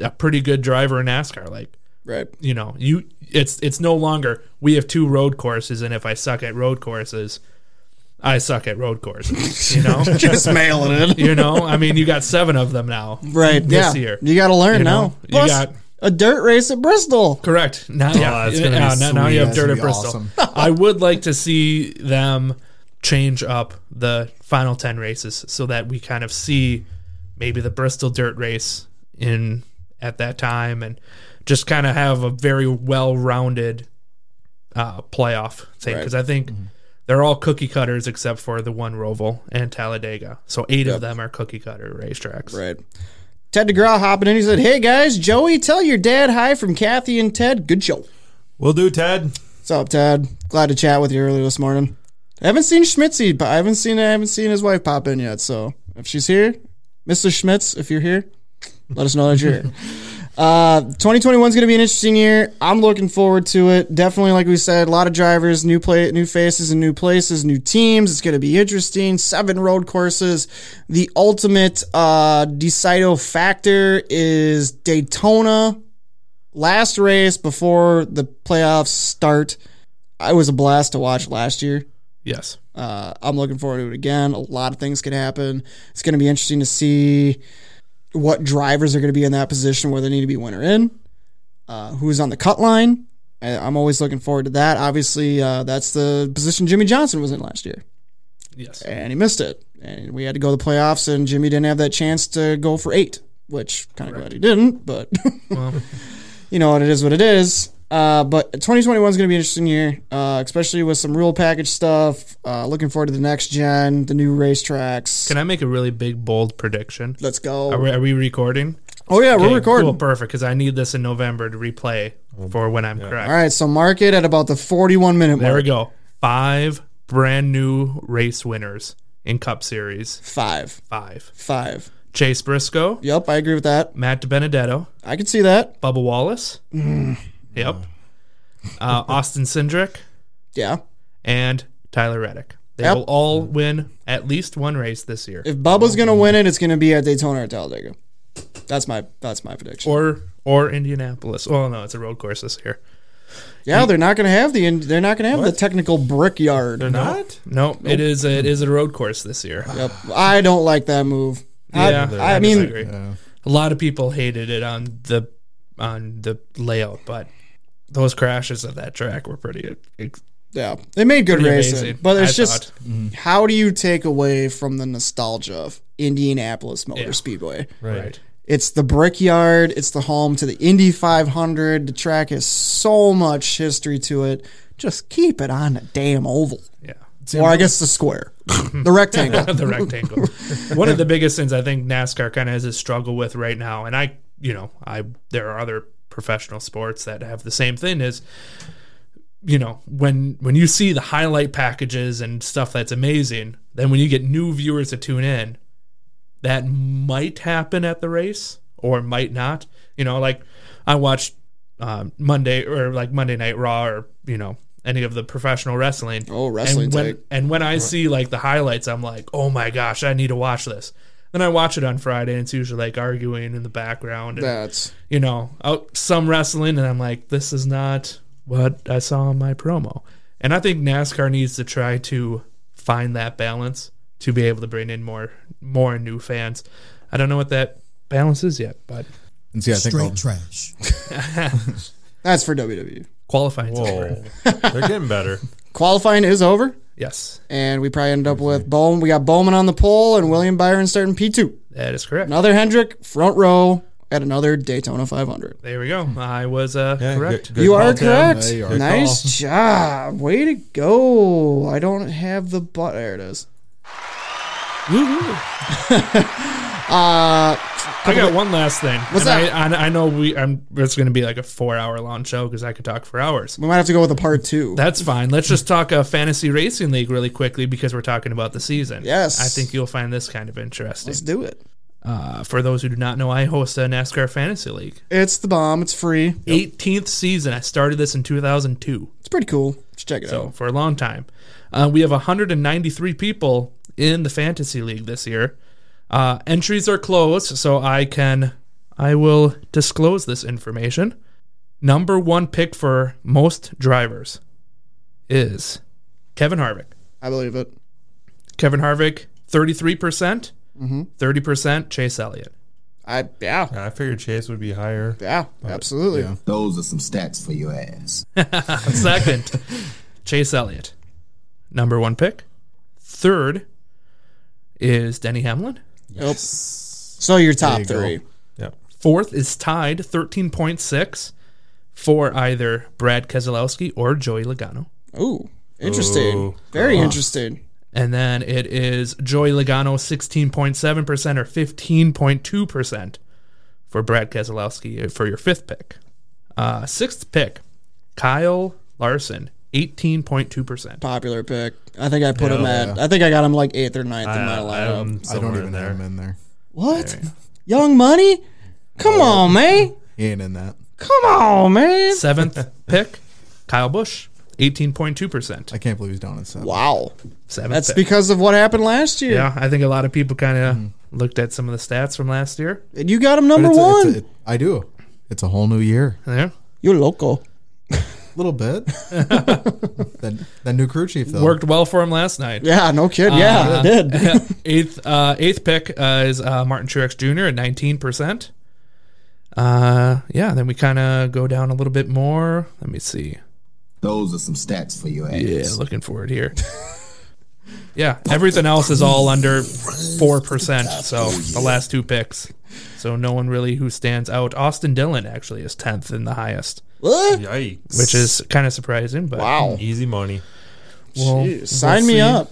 a pretty good driver in NASCAR. Like Right. you know you it's it's no longer we have two road courses and if i suck at road courses i suck at road courses you know Just mailing it. you know i mean you got seven of them now Right. this yeah. year You got to learn You know, now. you Plus, got- a dirt race at Bristol. correct now Oh, yeah, that's gonna be yeah, now, now you sweet. have dirt at That's gonna be bristol awesome. i would like to see them change up the final 10 races so that we kind of see maybe the bristol dirt race in at that time and just kind of have a very well-rounded uh, playoff thing because I think Mm-hmm. they're all cookie cutters except for the one Roval and Talladega. So eight of them are cookie cutter racetracks. Right. Ted DeGraw hopping in. He said, Hey guys, Joey, tell your dad hi from Kathy and Ted. Good show. We'll do, Ted. What's up, Ted? Glad to chat with you earlier this morning. I haven't seen Schmitzy, but I haven't seen I haven't seen his wife pop in yet. So if she's here, Mrs. Schmitz, if you're here, let us know that you're here. Uh, 2021 is going to be an interesting year. I'm looking forward to it. Definitely, like we said, a lot of drivers, new play, new faces, and new places, new teams. It's going to be interesting. Seven road courses. The ultimate uh, decido factor is Daytona. Last race before the playoffs start. I was a blast to watch last year. Yes. Uh, I'm looking forward to it again. A lot of things could happen. It's going to be interesting to see what drivers are going to be in that position where they need to be winner in, uh, who's on the cut line. I- I'm always looking forward to that. Obviously, uh, that's the position Jimmy Johnson was in last year, Yes. and he missed it. And we had to go to the playoffs, and Jimmy didn't have that chance to go for eight, which kind of glad he didn't, but you know, what it is what it is. Uh, but 2021 is going to be an interesting year, uh, especially with some rule package stuff. Uh, looking forward to the next gen, the new racetracks. Can I make a really big bold prediction? Let's Are go. we, are we recording? Oh yeah, we're Okay, recording. Cool, perfect, because I need this in November to replay for when I'm correct. All right, so mark it at about the 41 minute There mark. we go. Five brand new race winners in Cup Series. Five, Five. five. Chase Briscoe, Yep, I agree with that. Matt DiBenedetto, I can see that. Bubba Wallace. Mm. Yep. Uh, Austin Sindrick Yeah. and Tyler Reddick. They Yep. will all win at least one race this year. If Bubba's gonna win it, it's gonna be at Daytona or Talladega. That's my that's my prediction. or or Indianapolis. Oh no, it's a road course this year. yeah, they're not gonna have the they're not gonna have the technical brickyard. They're not? No, it is a, it is a road course this year. Yep. I don't like that move. I- Yeah, I, mean, disagree. a lot of people hated it on the on the layout, but those crashes of that track were pretty. ex- yeah, they made good Pretty racing, amazing, but it's I Mm-hmm. just how do you take away from the nostalgia of Indianapolis Motor Yeah. Speedway? Right. It's the brickyard. It's the home to the Indy 500. The track has so much history to it. Just keep it on a damn oval, Yeah. or I guess the square, the rectangle. the rectangle. One of the biggest things I think NASCAR kind of has a struggle with right now, and I, you know, I there are other professional sports that have the same thing is, you know, when when you see the highlight packages and stuff that's amazing, then when you get new viewers to tune in, that might happen at the race or might not. You know, like I watched um, Monday or like Monday Night Raw or you know any of the professional wrestling. Oh, wrestling And when tag. and when I see like the highlights, I'm like, oh my gosh, I need to watch this. Then I watch it on Friday, and it's usually like arguing in the background. And, That's you know, out some wrestling, and I'm like, this is not what I saw in my promo. And I think NASCAR needs to try to find that balance to be able to bring in more more new fans. I don't know what that balance is yet, but And see, I think Straight I'll- trash. that's for E. WWE. qualifying. Whoa. Oh, They're getting better. Qualifying is over, Yes, and we probably end up with Bowman. We got Bowman on the pole and William Byron starting P two. that is correct. Another Hendrick front row at another Daytona 500. There we go. I was uh, Yeah, correct. good- good you call, are Tim. correct. They are- nice job. Way to go. I don't have the but. There it is. Uh, I got one last thing. What's and that? I, I, I know we. I'm. It's going to be like a four-hour long show because I could talk for hours. We might have to go with a part two. That's fine. Let's just talk a fantasy racing league really quickly because we're talking about the season. Yes. I think you'll find this kind of interesting. Let's do it. Uh, for those who do not know, I host a NASCAR fantasy league. It's the bomb. It's free. 18th season. I started this in 2002. It's pretty cool. Let's check it So out. for a long time, uh, we have 193 people in the fantasy league this year. Uh, entries are closed, so I can I will disclose this information. Number one pick for most drivers is Kevin Harvick. I believe it. Kevin Harvick, 33 percent, 30 percent Chase Elliott. I yeah I figured Chase would be higher. yeah absolutely. yeah. Those are some stats for your ass. Second, Chase Elliott, number one pick. Third is Denny Hamlin. So your top you go. three. Fourth is tied, 13.6 for either Brad Keselowski or Joey Logano. Ooh, interesting. Ooh, Very interesting. And then it is Joey Logano, 16.7% or 15.2% for Brad Keselowski eh, for your fifth pick. Uh, sixth pick, Kyle Larson, 18.2%. Popular pick. I think I put him at. I think I got him like eighth or ninth in my I, lineup. I'm I somewhere don't even in have there. him in there. what? Young Money? Come on, man. He ain't in that. Come on, man. Seventh pick, Kyle Busch, 18.2%. I can't believe he's down at seven. Wow. Seventh That's pick. because of what happened last year. Yeah, I think a lot of people kind of looked at some of the stats from last year. And you got him number It's a- one. it's a- it- I do. It's a whole new year. Yeah. You're loco. A little bit. that, that new crew chief though. Worked well for him last night. Yeah, no kid. Uh-huh. Yeah, I did. Uh, eighth uh, eighth pick uh, is uh, Martin Truex Jr. at nineteen percent. Uh, yeah. Then we kind of go down a little bit more. Let me see. Those are some stats for your ass. Yeah, looking for it here. yeah, everything else is all under four percent. So the last two picks. So no one really who stands out. Austin Dillon actually is tenth in the highest, What? Yikes. which is kind of surprising. But Wow. Easy money. we'll- Sign we'll me see. up.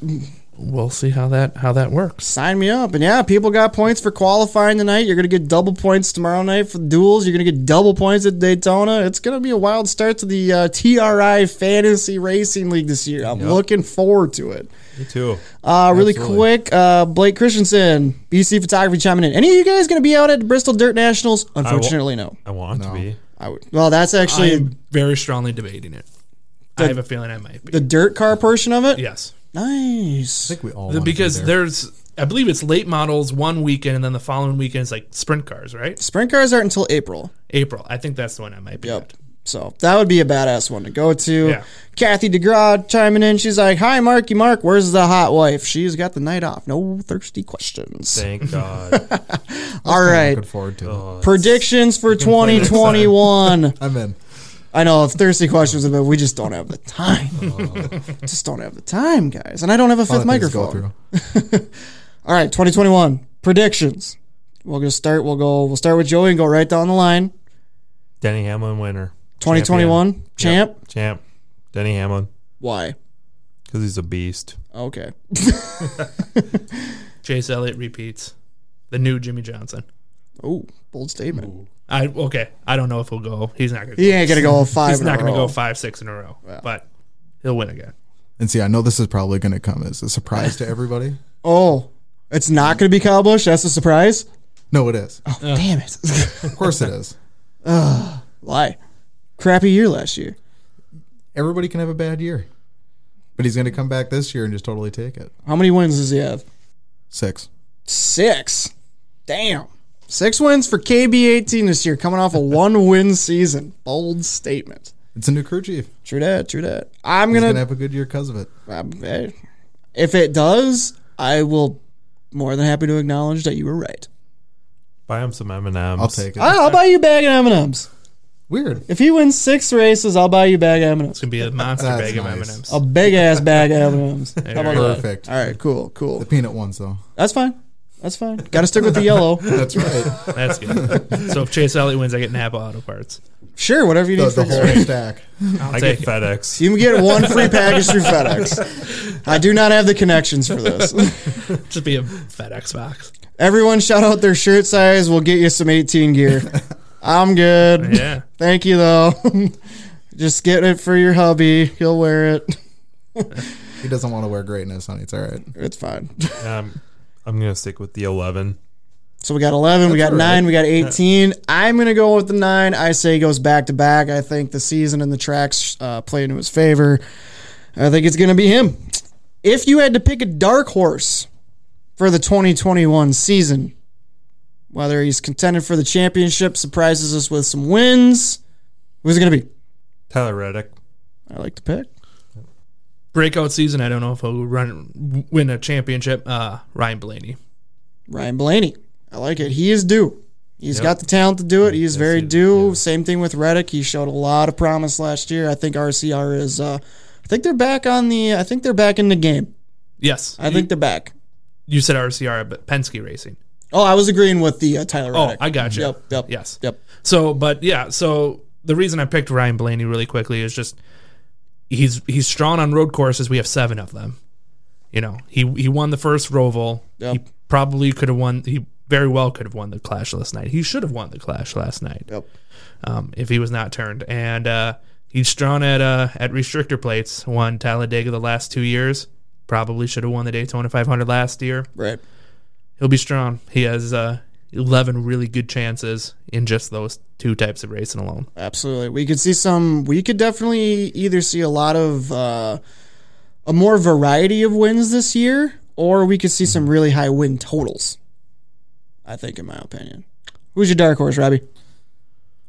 we'll see how that how that works. Sign me up. And yeah, people got points for qualifying tonight. You're going to get double points tomorrow night for the duels. You're going to get double points at Daytona. It's going to be a wild start to the uh, TRI Fantasy Racing League this year. I'm looking forward to it. Me too. Uh, really Absolutely. quick, uh, Blake Christensen, BC Photography chiming in. Any of you guys going to be out at Bristol Dirt Nationals? Unfortunately, no. I want to be. I would. Well, that's actually I'm very strongly debating it. I have a feeling I might be. the dirt car portion of it. yes. Nice. think we all The- wanna be because there. there's I believe it's late models one weekend and then the following weekend is like sprint cars, right? Sprint cars aren't until April. April. I think that's the one I might be. Yep. at. So that would be a badass one to go to. Yeah. Kathy DeGraw chiming in. She's like, Hi, Marky Mark. Where's the hot wife? She's got the night off. No thirsty questions. Thank God. All right. looking forward to. it. Oh. Predictions for 2021. I'm in. I know thirsty questions, but we just don't have the time. just don't have the time, guys. And I don't have a A lot fifth of Oh. things to go microphone. All right, 2021 predictions. We'll just start. We'll go. We'll start with Joey and go right down the line. Denny Hamlin winner. 2021 Champion. champ. Yep, champ. Denny Hamlin Why? because he's a beast. Okay. Chase Elliott repeats. The new Jimmy Johnson. Oh, bold statement. I okay. I don't know if he'll go. He's not gonna. He ain't gonna go five. he's in a not gonna row. go five six in a row. But he'll win again. And see, I know this is probably going to come as a surprise to everybody. Oh, it's not gonna be Kyle Busch. That's a surprise. Oh, No, it is. Damn it. Of course, it is. Lie. Crappy year last year. Everybody can have a bad year, but he's going to come back this year and just totally take it. How many wins does he have? Six. Six. Damn. Six wins for KB18 this year, coming off a one win season. Bold statement. It's a new crew chief. True that, true that. I'm He's gonna. going to have a good year because of it. I'm- eh, if it does, I will more than happy to acknowledge that you were right. Buy him some M and M's. I'll take it. I- I'll buy you a bag of M&Ms. Weird. If he wins six races, I'll buy you a bag of M&Ms. It's gonna be a monster That's bag of M nice. and M's. A big ass bag of M&Ms. How There about you go. that? Perfect. All right, cool, cool. The peanut ones, though. That's fine. That's fine. Got to stick with the yellow. That's right. That's good. so if Chase Elliott wins, I get Napa Auto Parts. Sure, whatever you the, need for the whole stack. I'll I get take it. FedEx. You can get one free package through FedEx. I do not have the connections for this. Just be a FedEx box. Everyone shout out their shirt size. We'll get you some 18 gear. I'm good. Yeah. Thank you though. Just get it for your hubby. He'll wear it. He doesn't want to wear greatness, honey. It's all right. It's fine. Um, I'm gonna stick with the 11. So we got 11, we got 9, we got 18. I'm going to go with the 9. I say he goes back to back. I think the season and the tracks uh, play into his favor. I think it's going to be him. If you had to pick a dark horse for the 2021 season, whether he's contended for the championship, surprises us with some wins, who's it going to be? Tyler Reddick. I like to pick. Breakout season. I don't know if he'll run win a championship. Uh, Ryan Blaney. Ryan Blaney. I like it. He is due. He's got the talent to do it. He's very due. Same thing with Reddick. He showed a lot of promise last year. I think RCR is. Uh, I think they're back on the. I think they're back in the game. Yes. I think they're back. you said RCR, but Penske Racing. Oh, I was agreeing with the uh, Tyler Oh, Reddick. I got you. Yep. Yep. Yes. Yep. So, but yeah, so the reason I picked Ryan Blaney really quickly is just he's he's strong on road courses. We have seven of them. You know, he he won the first Roval. He Yep. probably could have won. He very well could have won the Clash last night. He should have won the Clash last night. Yep. Um, if he was not turned, and uh, he's strong at uh, at restrictor plates. Won Talladega the last two years. Probably should have won the Daytona 500 last year Right. he'll be strong. He has uh, 11 really good chances in just those two types of racing alone. Absolutely. We could see some. We could definitely either see a lot of uh, a more variety of wins this year, or we could see some really high win totals. I think, in my opinion. Who's your dark horse, Robbie?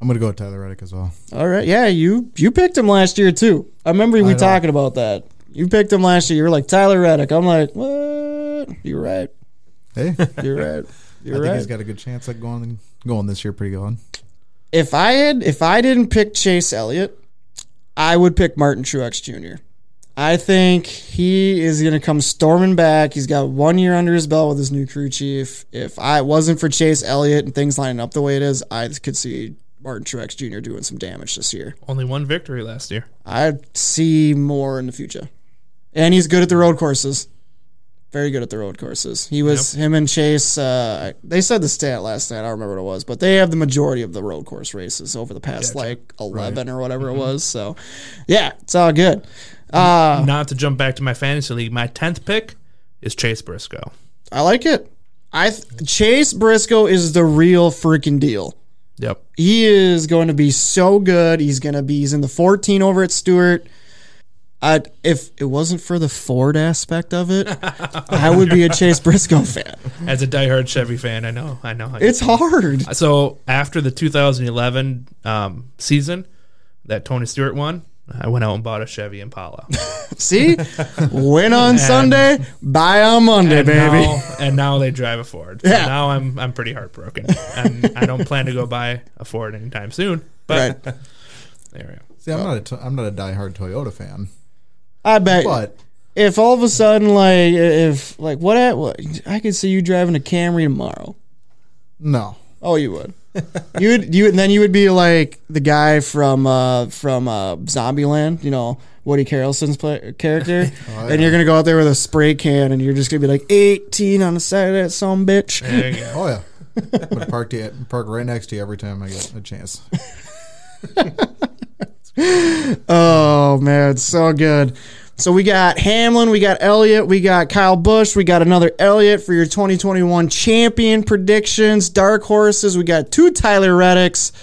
I'm going to go with Tyler Reddick as well. All right. Yeah, you you picked him last year too. I remember we talking about that. You picked him last year. You were like Tyler Reddick. I'm like, what? You're right. Hey, I think You're right. You're he's right. got a good chance at going going this year pretty good. if I had if I didn't pick Chase Elliott, I would pick Martin Truex Jr. I think he is going to come storming back. He's got one year under his belt with his new crew chief. If I it wasn't for Chase Elliott and things lining up the way it is, I could see Martin Truex Jr. doing some damage this year. Only one victory last year. I see more in the future. And he's good at the road courses. Very good at the road courses. He was him and Chase. Uh, they said the stat last night. I don't remember what it was, but they have the majority of the road course races over the past like eleven or whatever it was. So, yeah, it's all good. Not to jump back to my fantasy league, my tenth pick is Chase Briscoe. I like it. I th- Chase Briscoe is the real freaking deal. Yep. He is going to be so good. He's going to be he's in the 14 over at Stewart. I, if it wasn't for the Ford aspect of it, I would be a Chase Briscoe fan. As a diehard Chevy fan, I know, I know. how you It's hard. Uh, So after the 2011 um, season that Tony Stewart won, I went out and bought a Chevy Impala. See, win on Sunday, buy on Monday, And baby. now, and now they drive a Ford. So Yeah. Now I'm I'm pretty heartbroken, and I don't plan to go buy a Ford anytime soon. But Right. there we go. See, Oh. I'm not a to- I'm not a diehard Toyota fan, I bet. but if all of a sudden, like, if like what, at, what I could see you driving a Camry tomorrow. no, Oh, you would. you would. You would, and then you would be like the guy from uh from uh Zombieland. You know Woody Harrelson's play, character, and you're gonna go out there with a spray can, and you're just gonna be like 18 on the side of that some bitch. There you go. oh yeah, I'm gonna park to you, park right next to you every time I get a chance. Oh man, it's so good. So we got Hamlin, we got Elliott, we got Kyle Bush, we got another Elliott for your 2021 champion predictions, dark horses. We got two Tyler Reddicks.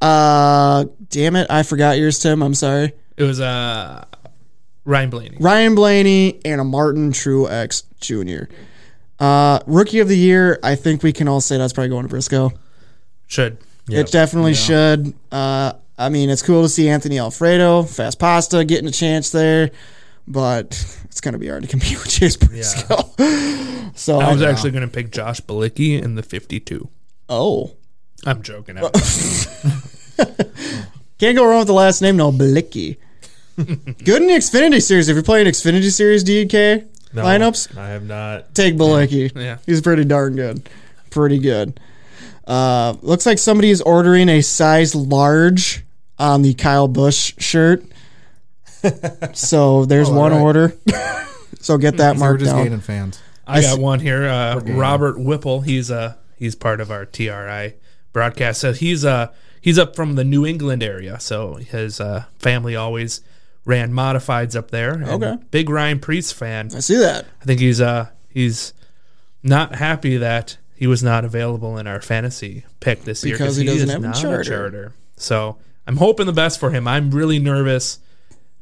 Uh, damn it, I forgot yours, Tim. I'm sorry. It was uh, Ryan Blaney. Ryan Blaney and a Martin Truex Jr. Uh, rookie of the year. I think we can all say that's probably going to Briscoe. Should It definitely should. Uh, I mean, it's cool to see Anthony Alfredo, Fast Pasta, getting a chance there, but it's going to be hard to compete with Chase Briscoe. so, I was I- actually going to pick Josh Balicki in the 52. oh, I'm joking. can't go wrong with the last name, no Blicky. Good in the Xfinity series. If you're playing Xfinity series DK No, lineups, I have not. take Balecki. Yeah. He's pretty darn good. Pretty good. Uh, looks like somebody is ordering a size large on the Kyle Bush shirt. so there's one alright. order. so get that Oh, We're marked just down. gaining fans. I got one here. Uh, Robert Whipple. He's uh, he's part of our TRI broadcast. So he's uh, he's up from the New England area. So his uh, family always ran modifieds up there. And Okay. Big Ryan Priest fan. I see that. I think he's uh, he's not happy that he was not available in our fantasy pick this year Because he doesn't is have a not charter. So I'm hoping the best for him. I'm really nervous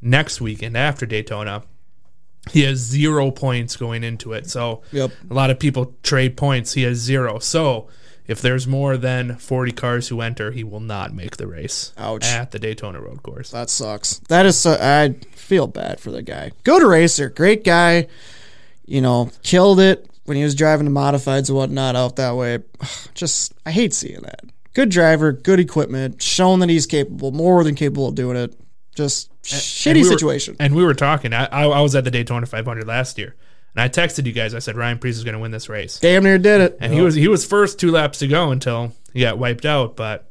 next weekend after Daytona. He has zero points going into it. So Yep. a lot of people trade points. He has zero. So if there's more than 40 cars who enter, he will not make the race Ouch. at the Daytona Road Course. That sucks. That is so I feel bad for the guy. Go to Racer, great guy. You know, killed it when he was driving the modifieds and whatnot out that way. Just I hate seeing that. Good driver, good equipment, shown that he's capable, more than capable of doing it. Just shitty we were- situation. And we were talking. I, I, I was at the Daytona 500 last year, and I texted you guys. I said Ryan Priest is going to win this race, Damn near did it. and he was he was first two laps to go until he got wiped out. But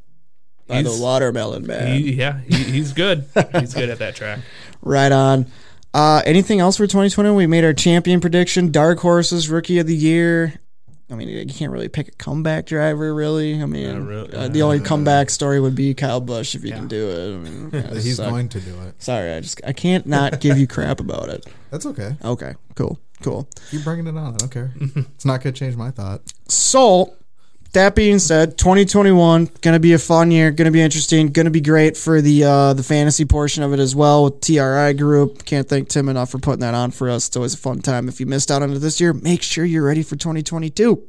By the he's- watermelon man. he, yeah, he, he's good. he's good at that track. right on. Uh, anything else for 2020? We made our champion prediction, dark horses, rookie of the year. I mean, you can't really pick a comeback driver, really. I mean, uh, the only comeback story would be Kyle Busch if you can do it. I mean, it kinda He's sucks. going to do it. Sorry, I just I can't not give you crap about it. That's okay. Okay, cool, cool. Keep bringing it on. I don't care. it's not gonna change my thought. So, that being said, 2021 gonna be a fun year, gonna be interesting, gonna be great for the uh, the fantasy portion of it as well with TRI Group. Can't thank Tim enough for putting that on for us. It's always a fun time. If you missed out on it this year, make sure you're ready for 2022.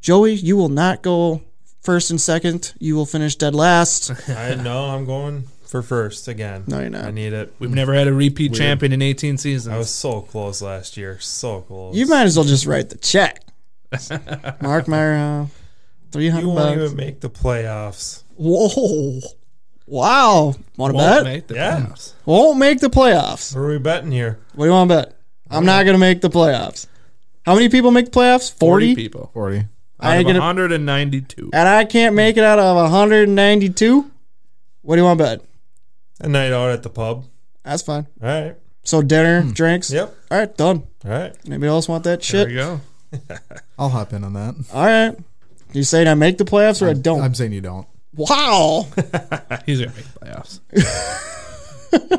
Joey, you will not go first and second. You will finish dead last. I know I'm going for first again. No, you're not. I need it. We've never had a repeat champion in 18 seasons. I was so close last year. So close. You might as well just write the check. Mark my uh, 300 You won't bucks. even make the playoffs. Whoa. Wow. Want to bet? Won't make the Yeah. playoffs. Won't make the playoffs. What are we betting here? What do you want to bet? I'm not going to make the playoffs. How many people make the playoffs? 40? 40 people. Forty. I Out ain't of gonna- Ah. 192. And I can't make it out of 192? What do you want to bet? A night out at the pub. That's fine. All right. So dinner, drinks. Yep. All right, done. All right. Anybody else want that There you shit? go. I'll hop in on that. All right. You saying I make the playoffs or I don't? I'm saying you don't. wow. He's gonna make playoffs.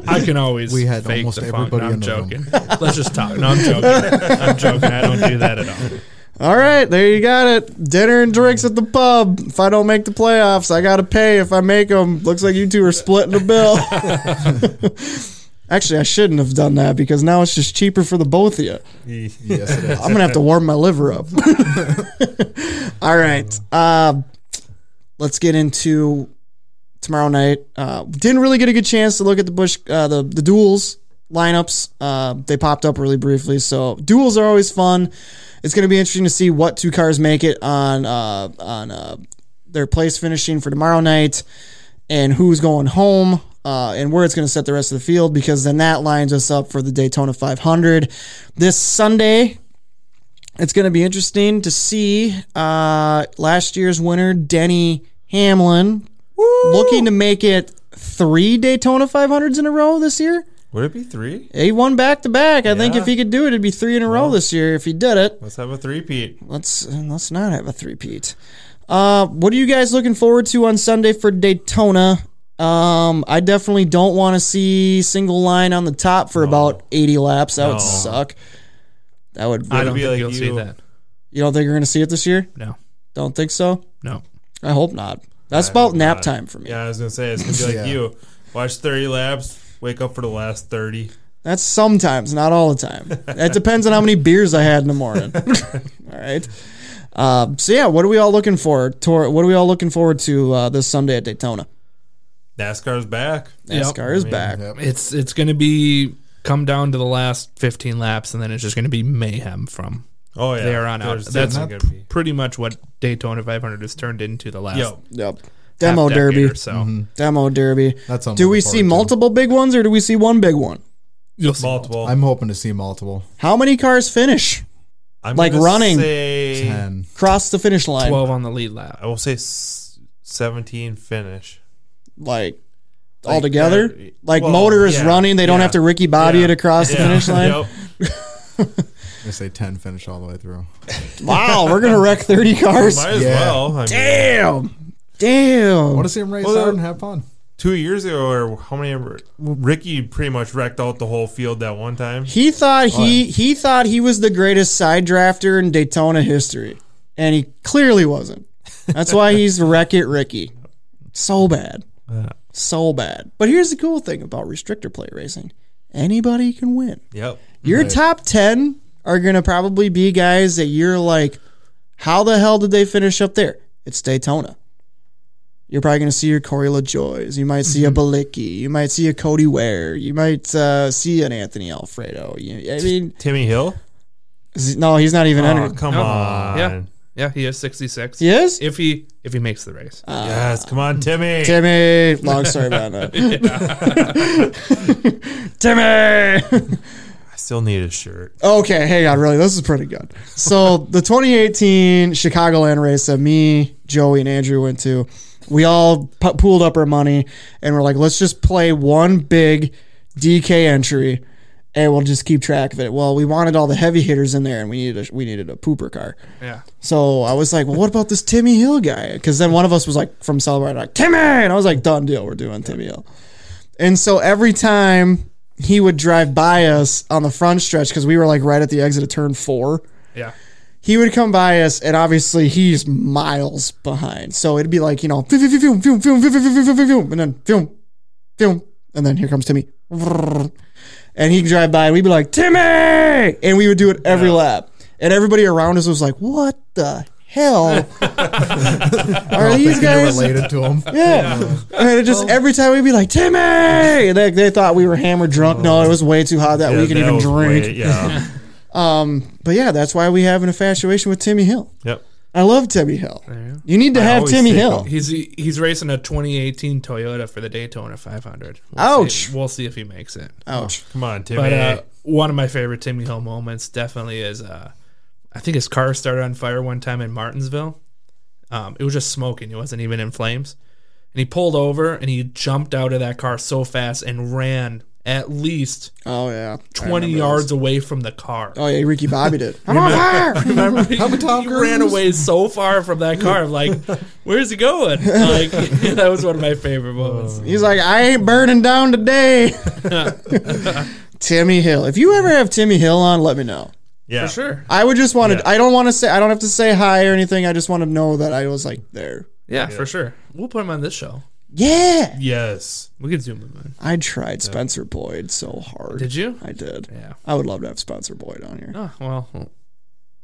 I can always. We had fake almost the funk. No, everybody I'm in the joking. Let's just talk. No, I'm joking. I'm joking. I don't do that at all. All right, there you got it. Dinner and drinks at the pub. If I don't make the playoffs, I got to pay. If I make them, looks like you two are splitting the bill. Actually, I shouldn't have done that because now it's just cheaper for the both of you. Yes, it is. I'm gonna have to warm my liver up. All right, uh, let's get into tomorrow night. Uh, didn't really get a good chance to look at the Bush uh, the the duels lineups. Uh, they popped up really briefly, so duels are always fun. It's gonna be interesting to see what two cars make it on uh, on uh, their place finishing for tomorrow night, and who's going home. Uh, and where it's going to set the rest of the field because then that lines us up for the Daytona 500 this Sunday it's going to be interesting to see uh, last year's winner, Denny Hamlin, looking to make it three Daytona 500s in a row this year. Would it be three? He won back to back. I think Yeah. if he could do it, it'd be three in a row this year if he did it. Let's have a three-peat. Let's let's not have a three-peat. Uh, what are you guys looking forward to on Sunday for Daytona? Um, I definitely don't want to see single line on the top for about 80 laps. That would suck. That would. I don't be think like you'll see you- that. you don't think we're going to see it this year? No, Don't think so. no. I hope not. That's about nap time for me. Yeah, I was gonna say it's gonna be like you. Watch thirty laps, wake up for the last thirty. That's sometimes, not all the time. It depends on how many beers I had in the morning. all right. Um, so yeah, what are we all looking for? Tor- what are we all looking forward to uh, this Sunday at Daytona? NASCAR's back. NASCAR is back. It's it's gonna be come down to the last 15 laps, and then it's just gonna be mayhem from Oh yeah, there on out. There's That's definitely gonna be. pretty much what Daytona 500 has turned into the last Yo, Mm-hmm. Yep. half Demo decade derby. or so. Demo derby. That's something do we I'm see forward to. multiple big ones or do we see one big one? You'll see. multiple. I'm hoping to see multiple. How many cars finish I'm like gonna running. say- And cross the finish line? 12 on the lead lap. I will say s- seventeen finish. like all together? uh, like well, motor is yeah, running, they don't yeah, have to Ricky Bobby yeah, it across the Yeah. finish line. Yep. I'm gonna say ten finish all the way through. Wow, we're gonna wreck thirty cars. Might as well. I mean, Damn. I want Damn. to see him race Well, uh, out and have fun. Two years ago, or how many? ever- Ricky pretty much wrecked out the whole field that one time. He thought he he thought he was the greatest side drafter in Daytona history. And he clearly wasn't. That's why he's Wreck It Ricky. So bad. So bad. But here's the cool thing about restrictor plate racing. Anybody can win. Yep. Your top 10 are going to probably be guys that you're like, how the hell did they finish up there? It's Daytona. You're probably going to see your Corey LaJoy's. You might see a Balicki. You might see a Cody Ware. You might uh, see an Anthony Alfredo. You, I mean, Timmy Hill. is he- no, he's not even Oh, entered. come on. Yeah. Yeah, he is 66. He is? If he if he makes the race. Uh, Yes. Come on, Timmy. Timmy. Long story about that. Timmy. I still need a shirt. Okay, hang on, really. This is pretty good. So the 2018 Chicagoland race that me, Joey, and Andrew went to, we all pu- pooled up our money and we're like, let's just play one big DK entry and we'll just keep track of it. Well, we wanted all the heavy hitters in there and we needed a, we needed a pooper car. Yeah. So I was like, well, what about this Timmy Hill guy? Because then one of us was like from Celebrate, like Timmy, and I was like, done deal, we're doing Timmy Hill. And so every time he would drive by us on the front stretch, because we were like right at the exit of turn four, Yeah. he would come by us, and obviously he's miles behind. So it'd be like you know, "Phew, phew, phew, phew, phew, phew, phew, phew, phew, phew, phew," and then film, film, and then here comes Timmy, and he'd drive by, and we'd be like Timmy, and we would do it every lap, and everybody around us was like, "What the hell are these Thinking you're guys?" related to him. Yeah. And it just every time we'd be like, Timmy! And They, they thought we were hammered drunk. No, it was way too hot that Yeah, we could that Oh, even was drink. Um, way- yeah. But yeah, that's why we have an infatuation with Timmy Hill. yep. I love Timmy Hill. You need to I have always Timmy think Hill. He's he's racing a 2018 Toyota for the Daytona 500. We'll Ouch. See, we'll see if he makes it. Ouch. Come on, Timmy. But uh, one of my favorite Timmy Hill moments definitely is uh, I think his car started on fire one time in Martinsville. Um, it was just smoking, it wasn't even in flames. And he pulled over and he jumped out of that car so fast and ran at least Oh yeah, I 20 remember yards this. away from the car. Oh yeah, Ricky Bobby did. I'm on fire. he ran away so far from that car. I'm like, where's he going? Like, that was one of my favorite moments. He's like, I ain't burning down today. Timmy Hill. If you ever have Timmy Hill on, let me know. Yeah. For sure. I would just want to. Yeah. I don't want to say. I don't have to say hi or anything. I just want to know that I was like there. Yeah, for sure. We'll put him on this show. Yeah, Yes. We can zoom him in. I tried Spencer Boyd so hard. Did you? I did. Yeah. I would love to have Spencer Boyd on here. Oh, well,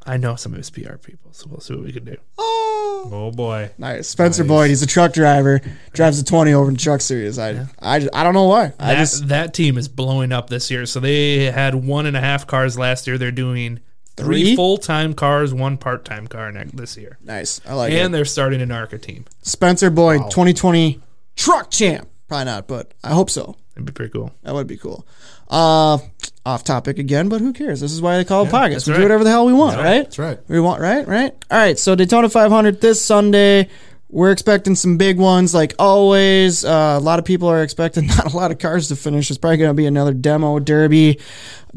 I know some of his PR people, so we'll see what we can do. Oh boy. Nice, Spencer Boyd. He's a truck driver. Drives a twenty over in truck series. I, I, I don't know why. I That, just that team is blowing up this year. So they had one and a half cars last year. They're doing three, Three? full time cars, one part time car next this year. nice. I like And it. they're starting an ARCA team. Spencer Boyd, twenty twenty truck champ. Probably not, but I hope so. That'd be pretty cool. That would be cool. Uh, off topic again, but who cares? This is why they call it pockets. that's We right. do whatever the hell we want, right? That's right. We want right, right. All right. So Daytona 500 this Sunday. We're expecting some big ones, like always. Uh, a lot of people are expecting not a lot of cars to finish. It's probably going to be another demo derby.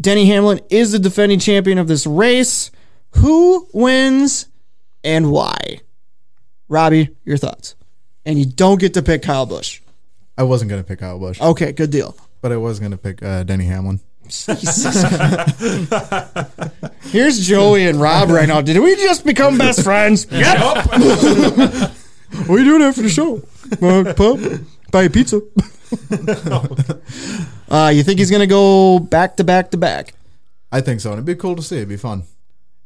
Denny Hamlin is the defending champion of this race. Who wins and why? Robbie, your thoughts. And you don't get to pick Kyle Busch. I wasn't gonna pick Kyle Busch, Okay, good deal. but I was gonna pick uh, Denny Hamlin. Here's Joey and Rob right now. Did we just become best friends? Yep. what are you doing after the show? Uh, pub? Buy a pizza. uh, you think he's going to go back to back to back? I think so, and it'd be cool to see. It'd be fun.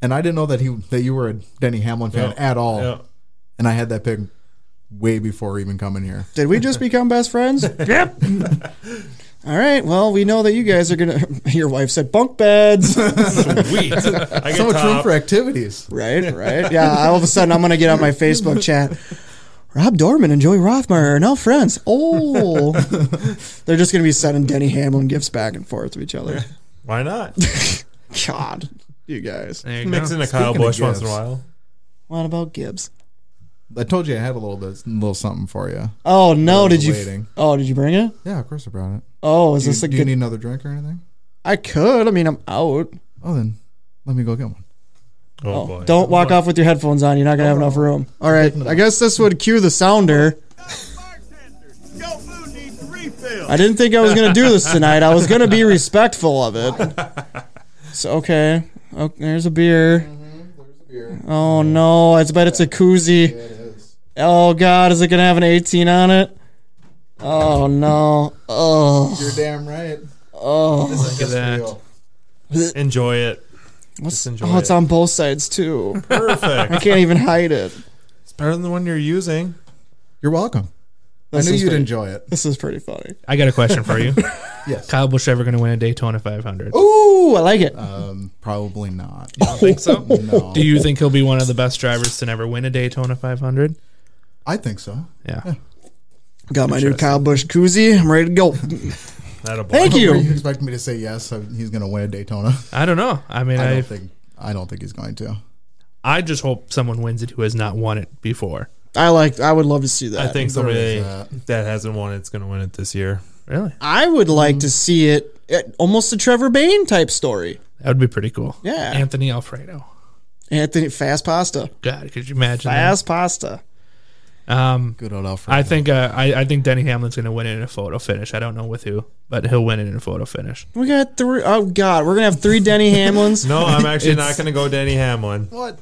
And I didn't know that he that you were a Denny Hamlin fan at all. Yeah. And I had that pick way before even coming here. Did we just become best friends? yep. All right. Well, we know that you guys are going to. Your wife said bunk beds. Sweet. I get So much room top. for activities. right, right. Yeah, all of a sudden I'm going to get on my Facebook chat. Rob Dorman and Joey Rothmeyer are now friends. Oh. They're just going to be sending Denny Hamlin gifts back and forth to each other. Why not? God, you guys. There you Mix go. in a Kyle of Bush once in a gifts. while. What about Gibbs? I told you I had a little bit, little something for you. Oh no! was Did you? waiting. Oh, did you bring it? Yeah, of course I brought it. Oh, is Do, this a do you good? need another drink or anything? I could. I mean, I'm out. Oh, then let me go get one. Oh, Oh, boy. don't walk off with your headphones on. You're not gonna have enough room. All right. I guess this would cue the sounder. Your food needs refill. I didn't think I was gonna do this tonight. I was gonna be respectful of it. So okay. Oh, there's a beer. Mm-hmm, Oh no! I bet it's a koozie. Oh god, is it gonna have an 18 on it? Oh no! Oh, You're damn right. oh. Look at that. Enjoy it. What's, enjoy oh, it's it. on both sides too. I Perfect. can't even hide it. it's better than the one you're using. You're welcome. This I knew is you'd pretty- enjoy it. This is pretty funny. I got a question for you. Yes. Kyle Busch ever going to win a Daytona 500? Ooh, I like it. Uh, Um, probably not. I think so. No. Do you think he'll be one of the best drivers to never win a Daytona 500? I think so. Yeah. Got my new Kyle Bush koozie. I'm ready to go. Thank Not a boy. Were you you. expecting me to say yes? so He's going to win a Daytona. I don't know. I mean, I I, I, don't think. I don't think he's going to. just hope someone wins it who has not won it before. I like. I would love to see I that. think somebody is that. hasn't won it's going to win it this year. Really? I would Mm. like to see it. it- Almost a Trevor Bain type story. That would be pretty cool. Yeah. Anthony Alfredo. Anthony fast pasta. God, could you imagine? that? Fast pasta. Um, Good old Alfred. I think uh, I, I think Denny Hamlin's going to win it in a photo finish. I don't know with who, but he'll win it in a photo finish. We got three oh god, we're gonna have three Denny Hamlins. No, I'm actually not going to go Denny Hamlin. What?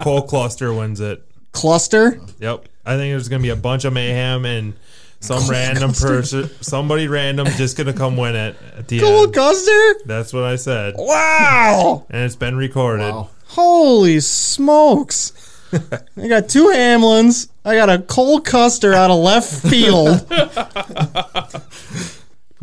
Cole Cluster wins it. Cluster. Yep. I think there's going to be a bunch of mayhem and some random person, somebody random, just going to come win it at the Cool end. Custer. That's what I said. Wow. And it's been recorded. Wow. Holy smokes. I got two Hamlins. I got a Cole Custer out of left field. Come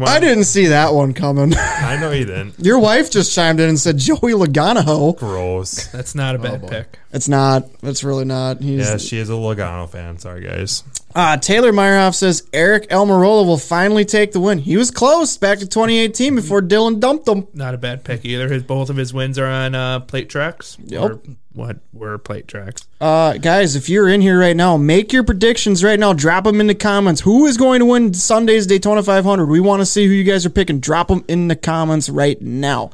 on. I didn't see that one coming. I know you didn't. Your wife just chimed in and said Joey Logano. Gross. Oh, That's not a bad pick. It's not. It's really not. He's, Yeah, she is a Logano fan. Sorry, guys. Uh, Taylor Meyerhoff says Eric Almirola will finally take the win. He was close back to 2018 before Dylan dumped him. Not a bad pick either. His both of his wins are on uh, plate tracks. Yep. Or what were plate tracks? Uh, guys, if you're in here right now, make your predictions right now. Drop them in the comments. Who is going to win Sunday's Daytona 500? We want to see who you guys are picking. Drop them in the comments right now.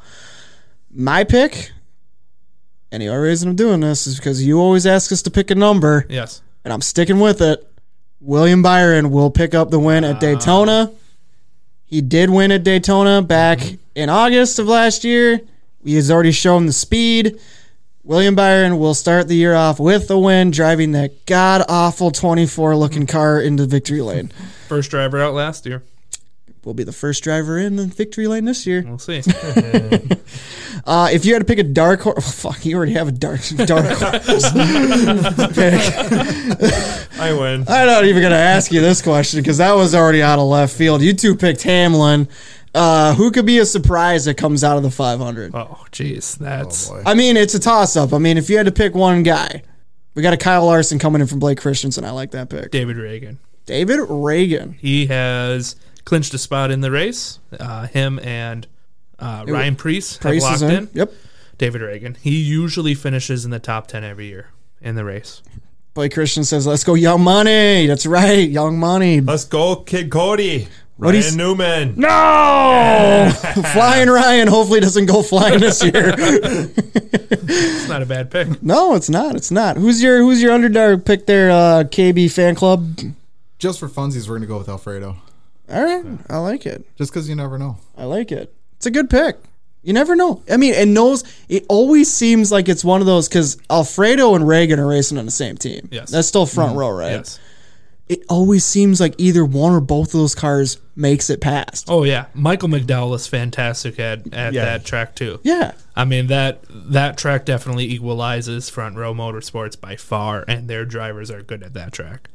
My pick, and the only reason I'm doing this is because you always ask us to pick a number, Yes. and I'm sticking with it. William Byron will pick up the win at Daytona. He did win at Daytona back in August of last year. He has already shown the speed. William Byron will start the year off with the win, driving that god awful 24 looking car into victory lane. First driver out last year. Will be the first driver in the victory lane this year. We'll see. Uh, if you had to pick a dark horse, fuck, you already have a dark dark horse pick. I win. I'm not even going to ask you this question because that was already out of left field. You two picked Hamlin. Uh, who could be a surprise that comes out of the 500? oh, jeez, that's I mean, it's a toss up. I mean, if you had to pick one guy, we got a Kyle Larson coming in from Blake Christensen. I like that pick. David Reagan. David Reagan. He has clinched a spot in the race. Uh, him and uh, Ryan Priest have Price locked is in. Yep. David Reagan. He usually finishes in the top ten every year in the race. Blake Christian says, "Let's go, Young Money." That's right, Young Money. Let's go, Kid Cody. What Ryan he's- Newman. flying Ryan hopefully doesn't go flying this year. It's not a bad pick. no, it's not. It's not. Who's your Who's your underdog pick? There, uh, KB fan club. Just for funsies, we're gonna go with Alfredo. All right, I like it. Just because you never know. I like it. It's a good pick. You never know. I mean, and those it always seems like it's one of those because Alfredo and Reagan are racing on the same team. Yes. that's still front row, right? Yes. It always seems like either one or both of those cars makes it past. Oh yeah, Michael McDowell is fantastic at at Yeah. that track too. Yeah, I mean that that track definitely equalizes front row motorsports by far, and their drivers are good at that track.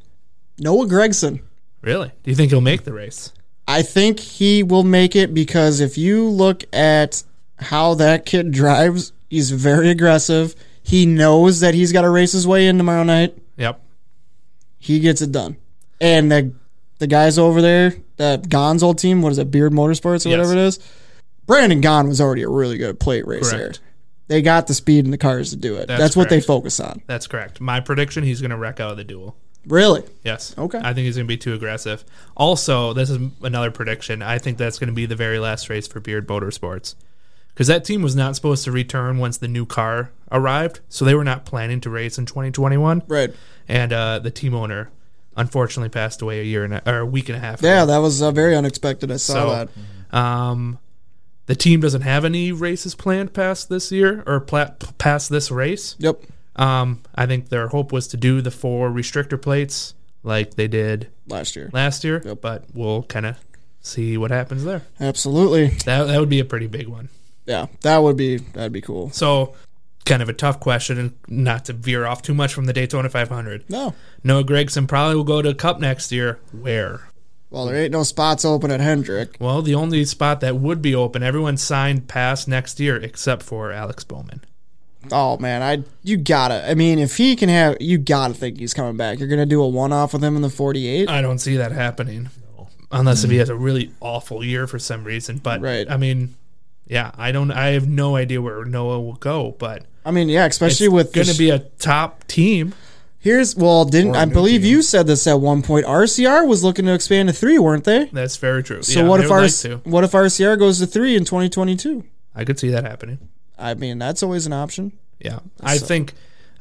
Noah Gregson. Really? Do you think he'll make the race? I think he will make it because if you look at how that kid drives, he's very aggressive. He knows that he's got to race his way in tomorrow night. Yep. He gets it done. And the the guys over there, that Gon's old team, what is it, Beard Motorsports or Yes. whatever it is? Brandon Gon was already a really good plate racer. Correct. They got the speed in the cars to do it. That's, That's what they correct. focus on. That's correct. My prediction: he's going to wreck out of the duel. Really? Yes. Okay. I think he's going to be too aggressive. Also, this is another prediction. I think that's going to be the very last race for Beard Motorsports because that team was not supposed to return once the new car arrived, so they were not planning to race in 2021. Right. And uh, the team owner unfortunately passed away a year and a, or a week and a half. ago. Yeah, that was uh, very unexpected. I saw So, that. Um, the team doesn't have any races planned past this year or pla- past this race. Yep. Um, I think their hope was to do the four restrictor plates like they did Last year. last year, but we'll kind of see what happens there. Absolutely. That that would be a pretty big one. Yeah, that would be that'd be cool. So, kind of a tough question, and not to veer off too much from the Daytona 500. No. Noah Gregson probably will go to Cup next year. Where? Well, there ain't no spots open at Hendrick. Well, the only spot that would be open, everyone signed past next year except for Alex Bowman. Oh man, I you gotta. I mean, if he can have, you gotta think he's coming back. You're gonna do a one off with him in the 48. I don't see that happening. Unless if he has a really awful year for some reason. But Mm. Right. I mean, yeah, I don't I have no idea where Noah will go, but I mean, yeah, especially it's with gonna this- be a top team. here's. Well, didn't I believe you said this at one point? RCR was looking to expand to three, weren't they? That's very true. So Yeah, what they if would our like to. what if RCR goes to three in 2022? I could see that happening. I mean, that's always an option. Yeah. I think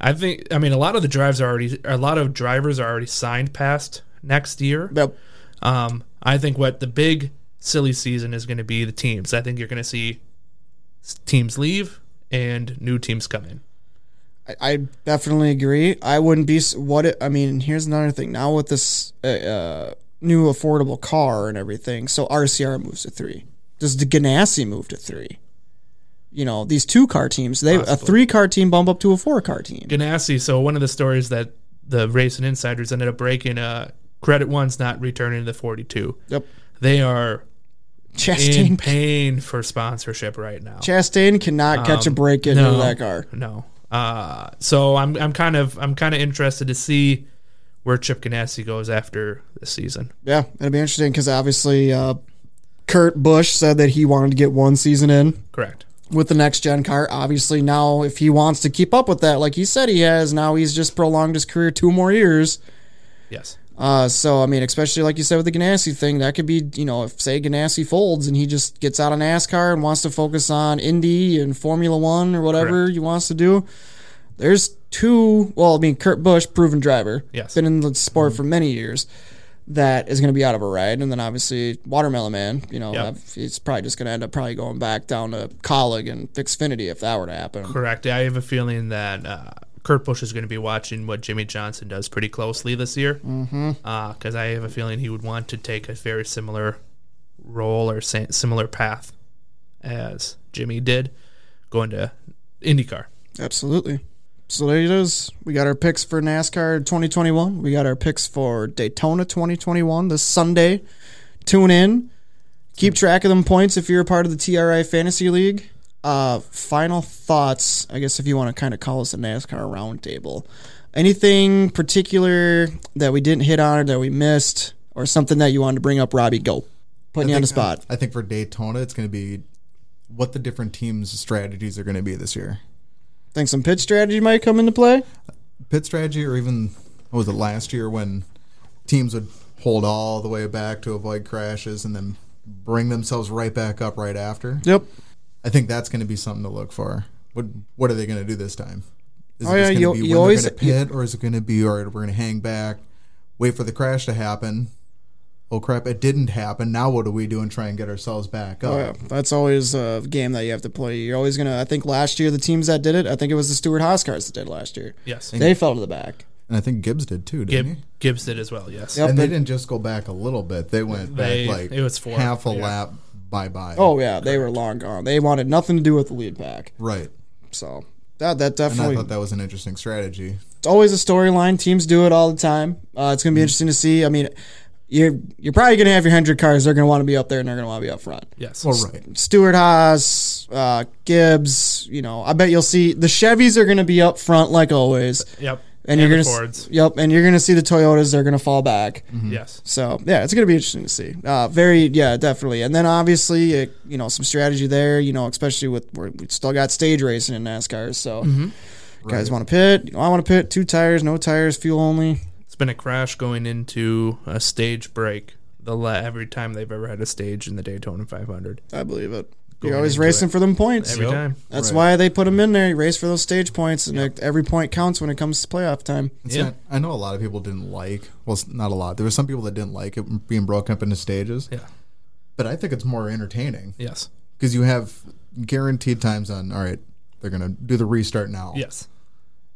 I think I mean a lot of the drives are already a lot of drivers are already signed past next year. Yep. Um, I think what the big silly season is going to be the teams. I think you're going to see s- teams leave and new teams come in. I- I definitely agree. I wouldn't be s- what it, I mean. Here's another thing. Now with this uh, uh, new affordable car and everything, so RCR moves to three. Does the Ganassi move to three? You know these two car teams. They a three car team bump up to a four car team. Ganassi. So one of the stories that the race and insiders ended up breaking. Uh, credit one's not returning the 42. Yep. They are in Chastain pain for sponsorship right now. Chastain cannot catch a break into no. that car. No, Uh, so I'm I'm kind of I'm kind of interested to see where Chip Ganassi goes after this season. Yeah, it'll be interesting because obviously uh, Kurt Busch said that he wanted to get one season in Correct. with the next gen car. Obviously, now if he wants to keep up with that, like he said he has, now he's just prolonged his career two more years. Yes. Uh, so I mean, especially like you said with the Ganassi thing, that could be you know if say Ganassi folds and he just gets out of NASCAR and wants to focus on Indy and Formula One or whatever he wants to do. There's two. Well, I mean, Kurt Busch, proven driver, Yes. Mm-hmm. been in the sport for many years. That is going to be out of a ride, and then obviously Watermelon Man. You know, Yep. I've- he's probably just going to end up probably going back down to Colleague and Xfinity if that were to happen. Correct. I have a feeling that uh, Kurt Busch is going to be watching what Jimmy Johnson does pretty closely this year. Because mm-hmm. I have a feeling he would want to take a very similar role or sa- similar path as Jimmy did going to IndyCar. Absolutely. So there it is. We got our picks for NASCAR 2021. We got our picks for Daytona 2021 this Sunday. Tune in. Keep track of them points if you're a part of the TRI Fantasy League. Uh, final thoughts, I guess, if you want to kind of call us a NASCAR roundtable. Anything particular that we didn't hit on or that we missed, or something that you wanted to bring up, Robbie? Go. Putting you on the spot. I think for Daytona, it's going to be what the different teams' strategies are going to be this year. Think some pitch strategy might come into play. Pit strategy, or even what was it last year when teams would hold all the way back to avoid crashes and then bring themselves right back up right after. Yep. I think that's going to be something to look for. What What are they going to do this time? Is Oh, it yeah, just you- going to you be when always- they're going to pit, or is it going to be all right? We're going to hang back, wait for the crash to happen. Oh crap! It didn't happen. Now what do we do and try and get ourselves back up? Oh, yeah. That's always a game that you have to play. You're always going to, I think last year, the teams that did it, I think it was the Stewart Haas cars that did last year. Yes. They fell to the back. And I think Gibbs did too, didn't Gib- he? Gibbs did as well. Yes. Yep. And they but- didn't just go back a little bit; they went They- back like it was four, half a yeah. lap. Bye bye. Oh, yeah. They were long gone. They wanted nothing to do with the lead pack. right. So that, that And I definitely, thought that was an interesting strategy. it's always a storyline. Teams do it all the time. Uh, it's Mm. going to be interesting to see. I mean, you're, you're probably going to have your 100 cars. They're going to want to be up there and they're going to want to be up front. Yes. Well, right. Stewart Haas, uh, Gibbs, you know, I bet you'll see the Chevys are going to be up front like always. Yep. And, you're the gonna, Fords. Mm-hmm. s- yep, and you're gonna see the Toyotas. They're gonna fall back. Yes. So yeah, it's gonna be interesting to see. Uh, very yeah, definitely. And then obviously, uh, you know, some strategy there. You know, especially with we're, we still got stage racing in NASCAR. So guys want to pit. You know, I want to pit. Two tires, no tires, fuel only. It's been a crash going into a stage break. The la- every time they've ever had a stage in the Daytona 500. I believe it. Going You're always into racing for them points. Every time. That's why they put them in there. You race for those stage points, and like, every point counts when it comes to playoff time. It's Yeah. not- I know a lot of people didn't like. Well, it's not a lot. There were some people that didn't like it being broken up into stages. Yeah. But I think it's more entertaining Yes. because you have guaranteed times on. All right, they're gonna do the restart now. Yes.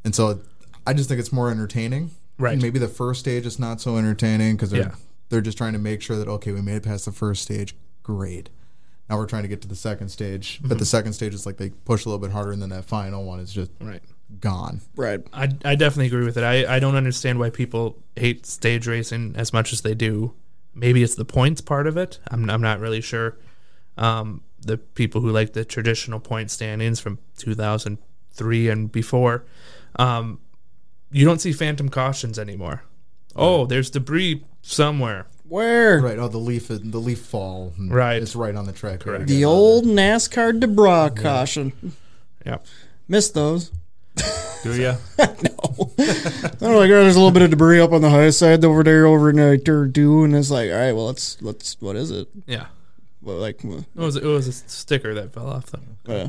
And so, I just think it's more entertaining. Right. Maybe the first stage is not so entertaining because they're Yeah. they're just trying to make sure that okay, we made it past the first stage. Great. Now we're trying to get to the second stage, but the second stage is like they push a little bit harder, and then that final one is just Right. gone. Right. I, I definitely agree with it. I, I don't understand why people hate stage racing as much as they do. Maybe it's the points part of it. I'm, I'm not really sure. Um, the people who like the traditional point standings from 2003 and before, um, you don't see phantom cautions anymore. Oh, there's debris somewhere. Where Right. Oh, the leaf the leaf fall. and Right. It's right on the track. Correct. the old NASCAR DeBra caution. Yep. Missed those. Do ya? I don't like, oh, there's a little bit of debris up on the high side over there, over in like Durdu, and it's like, all right, well, let's let's what is it? Yeah. What, like, uh, It was it was a sticker that fell off them. uh.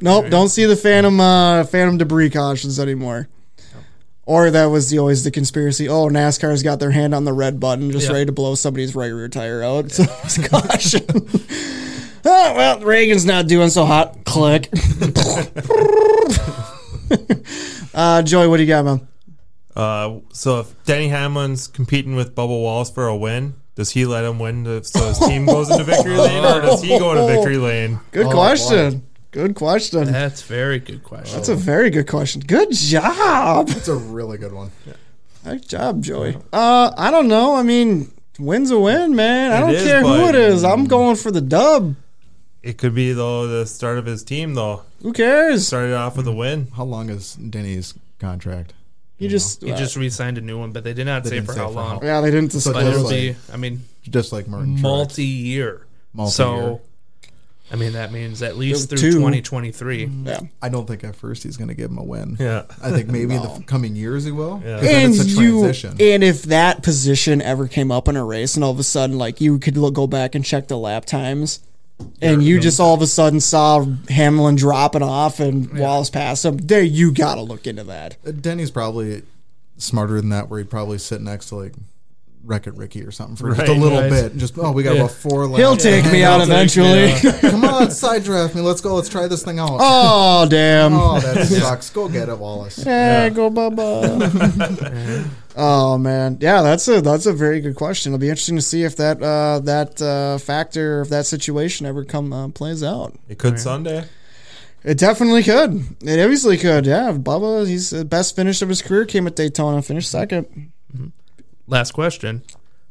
nope, don't see the phantom uh, phantom debris cautions anymore. Or that was the, always the conspiracy. Oh, NASCAR's got their hand on the red button, just Yeah. ready to blow somebody's right rear tire out. So it's a caution. oh well, Reagan's not doing so hot. Click. uh, Joey, what do you got, man? Uh, so if Denny Hamlin's competing with Bubba Wallace for a win, does he let him win to, so his team goes into victory lane, or does he go into victory lane? Good question. Good question. That's very good question. That's a very good question. Good job. It's a really good one. Nice job, Joey. Uh, I don't know. I mean, win's a win, man. I It don't is, care who it but- is. I'm going for the dub. It could be though the start of his team though. Who cares? Started off with a win. How long is Denny's contract? He just, uh, He just re-signed a new one, but they did not say didn't for say how for long. how- yeah, they didn't. So But it it'll looks be, like- I mean, just like Martin. Truex. multi-year. Multi-year. So, I mean, that means at least through Two. 2023. yeah. I don't think at first he's going to give him a win. Yeah. I think maybe in the coming years he will. Yeah. And it's a you, transition. and if that position ever came up in a race, and all of a sudden, like you could look, go back and check the lap times, and you just all of a sudden saw Hamlin dropping off and Wallace pass him, there you gotta look into that. Denny's probably smarter than that, where he'd probably sit next to like Wreck It Ricky or something for just a Right. little Right. bit. Just oh, we got Yeah. about four laps. He'll take me out eventually. Come on, side draft me. Let's go. Let's try this thing out. Oh, oh damn! that sucks. Go get it, Wallace. Hey, go Bubba. oh man, yeah, that's a that's a very good question. It'll be interesting to see if that uh, that uh, factor, if that situation ever come uh, plays out. It could Sunday. It definitely could. It obviously could. Yeah, Bubba, he's the best finish of his career came at Daytona, finished second. Last question.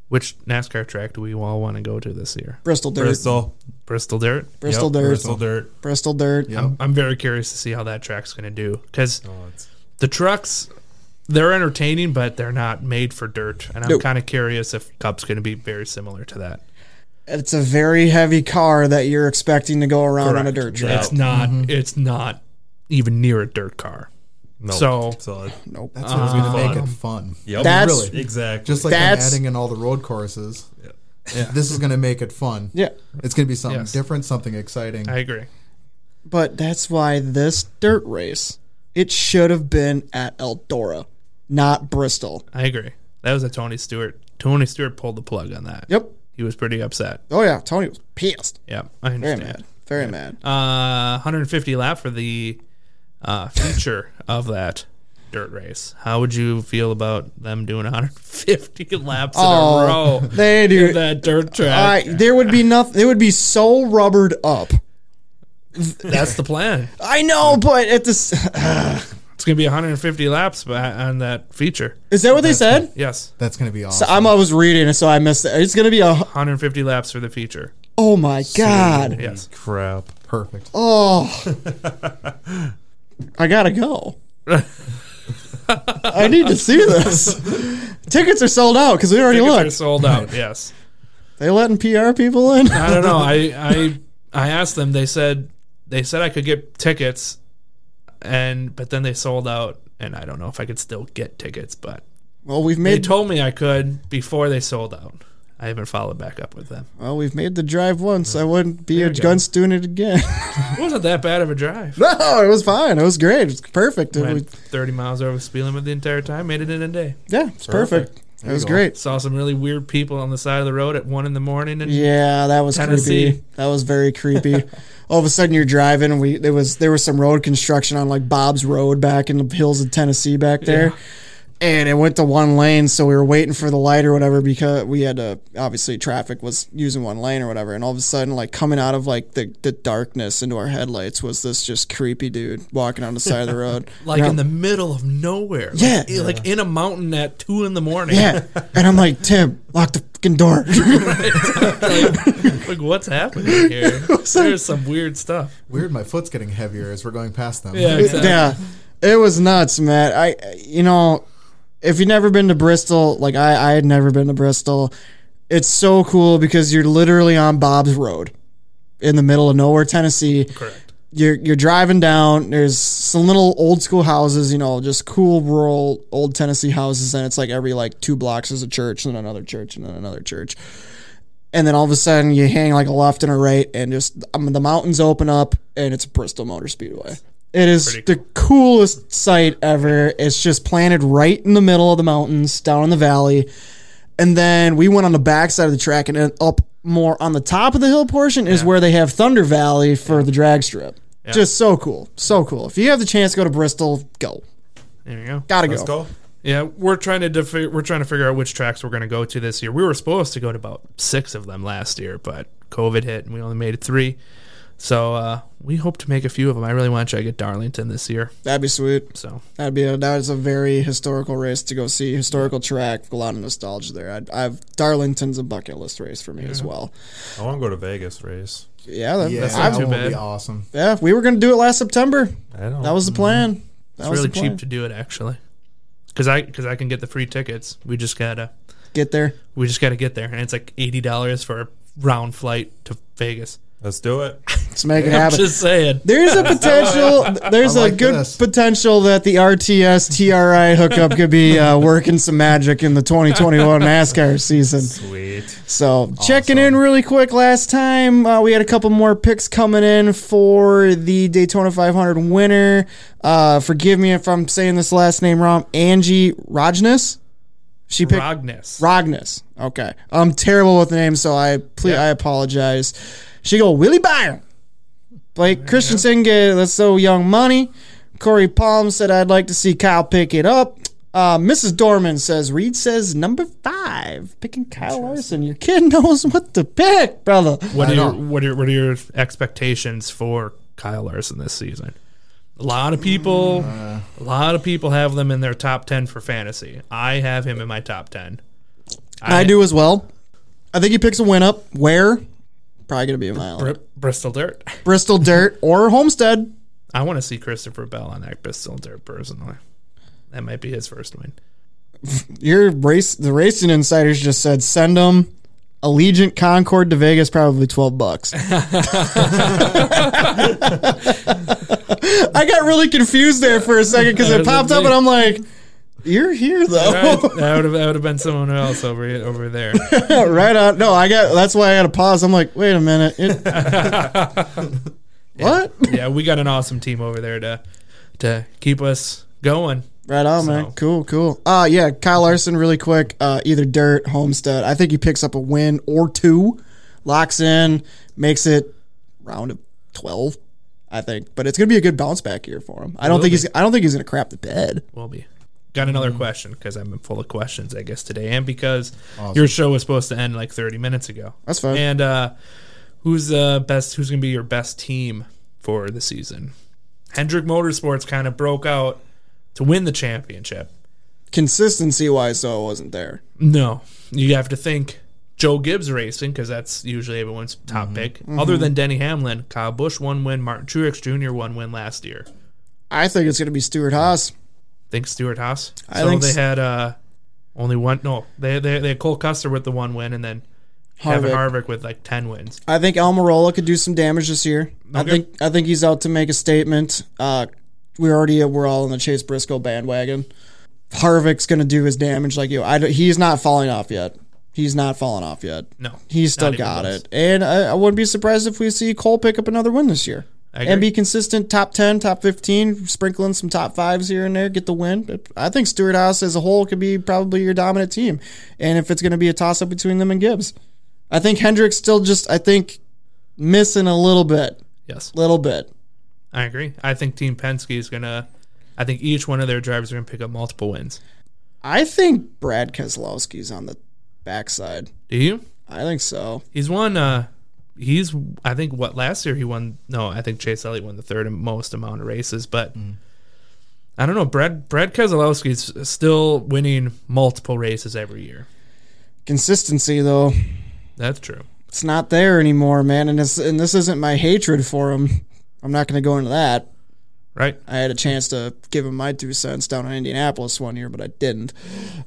Which NASCAR track do we all want to go to this year? Bristol dirt, Bristol, Bristol Bristol. Dirt. Yep, dirt, Bristol Dirt. Bristol dirt. I'm, I'm very curious to see how that track's going to do because the trucks, they're entertaining, but they're not made for dirt. And I'm Nope. kind of curious if Cup's going to be very similar to that. It's a very heavy car that you're expecting to go around on a Correct. dirt track. It's not. It's not even near a dirt car. No. So- solid. Nope. That's what's going to make it fun. Yep. That's- really exactly. Just like I'm Uh-huh. That's- adding in all the road courses. This is going to make it fun. Yeah, It's going to be something Yes. different, something exciting. I agree. but that's why this dirt race it should have been at Eldora, not Bristol. I agree. That was a Tony Stewart. Tony Stewart pulled the plug on that. Yep. He was pretty upset. Oh yeah, Tony was pissed. Yeah, I Very understand. mad. Very mad. Uh, 150 lap for the uh, feature of that dirt race. How would you feel about them doing 150 laps in Oh, a row? They do in that dirt track. I, there would be nothing. It would be so rubbered up. That's the plan. I know, but at this, It's gonna be 150 laps ba- on that feature. is that what they said? Yes, That's going to be So awesome. I'm, I was reading, it, so I missed it. It's gonna be a. 150 laps for the feature. Oh my god! Yes. crap. Perfect. Oh, I gotta go. I need to see this. Tickets are sold out because we already Tickets are looked. sold out. Yes. They letting PR people in. I don't know. I I I asked them. They said they said I could get tickets, and but then they sold out, and I don't know if I could still get tickets. But Well, we've they made told me I could before they sold out. I haven't followed back up with them. well, we've made the drive once. I wouldn't be against doing it again. It wasn't that bad of a drive. no, it was fine. It was great. It was perfect. It was- Went 30 miles over the speed limit the entire time. Made it in a day. yeah, it's perfect. It was great. Saw some really weird people on the side of the road at one in the morning. And Yeah, that was creepy. Tennessee. That was very creepy. All of a sudden, you're driving, and we there was there was some road construction on like Bob's Road back in the hills of Tennessee back there, and it went to one lane. So we were waiting for the light or whatever because we had to obviously traffic was using one lane or whatever. And all of a sudden, like coming out of like the, the darkness into our headlights was this just creepy dude walking on the side of the road, like And I'm- in the middle of nowhere. Like, Yeah. i- Like in a mountain at two in the morning. yeah, and I'm like Tim, lock the fucking door. like, like, what's happening here? There's some weird stuff. Weird. My foot's getting heavier as we're going past them. Yeah, exactly. yeah, it was nuts, man. I, you know, if you've never been to Bristol, like I, I had never been to Bristol. It's so cool because you're literally on Bob's Road, in the middle of nowhere, Tennessee. Correct. You're you're driving down. There's some little old school houses, you know, just cool rural old Tennessee houses, and it's like every like two blocks is a church, and then another church, and then another church and then all of a sudden you hang like a left and a right, and just I mean, the mountains open up, and it's Bristol Motor Speedway. It is Pretty the coolest sight ever. It's just planted right in the middle of the mountains, down in the valley, and then we went on the back side of the track, and then up more on the top of the hill portion is where they have Thunder Valley for the drag strip. Just so cool, so cool. If you have the chance to go to Bristol, go. There you go. Gotta Let's go. go. Yeah, we're trying to defi- we're trying to figure out which tracks we're going to go to this year. We were supposed to go to about six of them last year, but COVID hit and we only made it three. So uh, we hope to make a few of them. I really want to check at Darlington this year. That'd be sweet. So That'd be a, that is a very historical race to go see. Historical track, a lot of nostalgia there. I'd, I've Darlington's a bucket list race for me as well. I want to go to Vegas race. Yeah, that, Yeah, that's that I've- too one would bad. be awesome. yeah. We were gonna do it last September. I don't. That was the plan. That Mm-hmm. it's was really the plan. cheap to do it actually, because I because I can get the free tickets. We just gotta get there. we just gotta get there, and it's like eighty dollars for a round flight to Vegas. Let's do it. Let's make it I'm happen. just saying. There's a potential. There's I like a good this. potential that the RTS TRI hookup could be uh, working some magic in the 2021 NASCAR season. Sweet. So checking in really quick. Last time uh, we had a couple more picks coming in for the Daytona 500 winner. Uh, forgive me if I'm saying this last name wrong. Angie Rognes. She picked Rogness. Rognes. Okay, I'm terrible with names, so I please I apologize. She go Willie Byron, Blake Christensen. Get that's so young money. Corey Palm said I'd like to see Kyle pick it up. Uh, Mrs. Dorman says Reed says number five picking Kyle Larson. Your kid knows what to pick, brother. What are, your, what, are your, what are your expectations for Kyle Larson this season? A lot of people, a lot of people have them in their top ten for fantasy. I have him in my top ten. I do as well. I think he picks a win up. Where? Probably gonna be a mile. Br- Bristol dirt. Bristol Dirt or Homestead. I want to see Christopher Bell on that Bristol dirt personally. That might be his first win. Your race, the racing insiders just said send them Allegiant Concord to Vegas, probably twelve bucks. I got really confused there for a second because it That was popped up me. and I'm like, "You're here Right? though, that would have that would have been someone else over here- over there. right, on." No, I got that's why I had to pause. I'm like, "Wait a minute, it, what?" Yeah, we got an awesome team over there to to keep us going. Right on, man. So- Cool, cool. Uh yeah, Kyle Larson really quick. Uh either dirt, homestead. I think he picks up a win or two, locks in, makes it round of twelve, I think. But it's gonna be a good bounce back year for him. I don't think he's I don't think he's gonna crap the bed. Will be. Got another question because I've been full of questions, I guess today, and because your show was supposed to end like 30 minutes ago. That's fine. And uh, who's the best? Who's going to be your best team for the season? Hendrick Motorsports kind of broke out to win the championship. Consistency wise, so it wasn't there. No, you have to think Joe Gibbs Racing because that's usually everyone's top pick. Other than Denny Hamlin, Kyle Busch one win, Martin Truex Jr. one win last year. I think it's gonna be Stuart Haas. think Stuart Haas. So I think they s- had uh, only one. No, they they they had Cole Custer with the one win, and then Kevin Harvick with like ten wins. I think Almirola could do some damage this year. I Okay. think I think he's out to make a statement. Uh, we're already we're all in the Chase Briscoe bandwagon. Harvick's going to do his damage like you. I, don't- he's not falling off yet. He's not falling off yet. No, He's still not even got close. it, and I, I wouldn't be surprised if we see Cole pick up another win this year I and agree. be consistent. Top ten, top fifteen, sprinkling some top fives here and there, get the win. But I think Stuart House as a whole could be probably your dominant team, and if it's going to be a toss up between them and Gibbs, I think Hendrick's still just I think missing a little bit, Yes, little bit. I agree. I think Team Penske is gonna. I think each one of their drivers are gonna pick up multiple wins. I think Brad Keselowski's on the backside. Do you? I think so. He's won. Uh, he's I think what last year he won. No, I think Chase Elliott won the third most amount of races, but. Mm. I don't know. Brad Brad Keselowski's still winning multiple races every year. Consistency though. That's true. it's not there anymore, man. And it's and this isn't my hatred for him. I'm not going to go into that. Right? I had a chance to give him my two cents down in Indianapolis one year, but I didn't.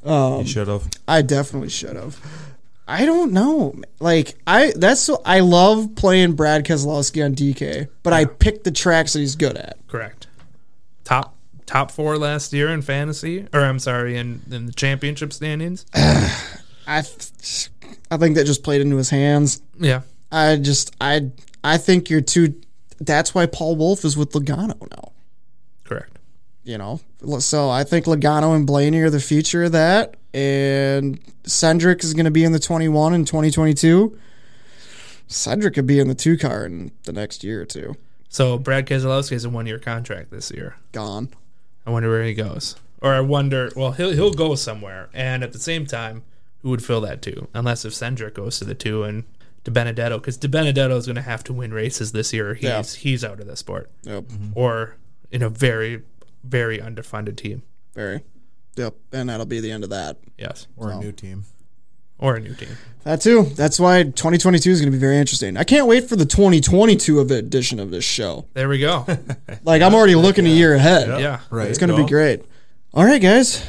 You should have. I definitely should have. I don't know. Like I, that's so I love playing Brad Keselowski on DK, but I pick the tracks that he's good at. Correct. Top top four last year in fantasy, or I'm sorry, in, in the championship standings. I, I think that just played into his hands. Yeah, I just I I think you're too. That's why Paul Wolf is with Logano now. correct. you know, so I think Logano and Blaney are the future of that. And Cedric is going to be in the 21 and 2022. Cedric could be in the two car in the next year or two. So Brad Keselowski has a one year contract this year. Gone. I wonder where he goes, or I wonder. Well, he'll he'll go somewhere, and at the same time, who would fill that two? Unless if Cendric goes to the two and to Benedetto because De Benedetto is going to have to win races this year. Or he's he's out of the sport Yep. Mm-hmm. or in a very very underfunded team. Very. Yep. And that'll be the end of that. Yes, or a new team. or a new team. That too. That's why 2022 is going to be very interesting. I can't wait for the 2022 of edition of this show. There we go. Like I'm already looking a year ahead. yeah. Right. It's going to be great. All right, guys.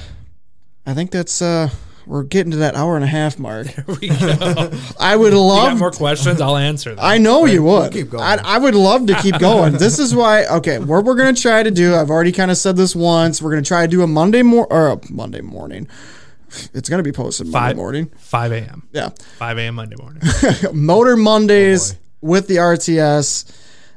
I think that's uh we're getting to that hour and a half mark. We go. I would Got love more questions? I'll answer them. Um, I know you would. keep going. I, I would love to keep going. this is why. Okay, what we're gonna try to do. I've already kind of said this once. We're gonna try to do a Monday mor or a Monday morning. It's gonna be posted Monday Five- morning. 5 a.m. Yeah, 5 a.m. Monday morning. Motor Mondays with the RTS.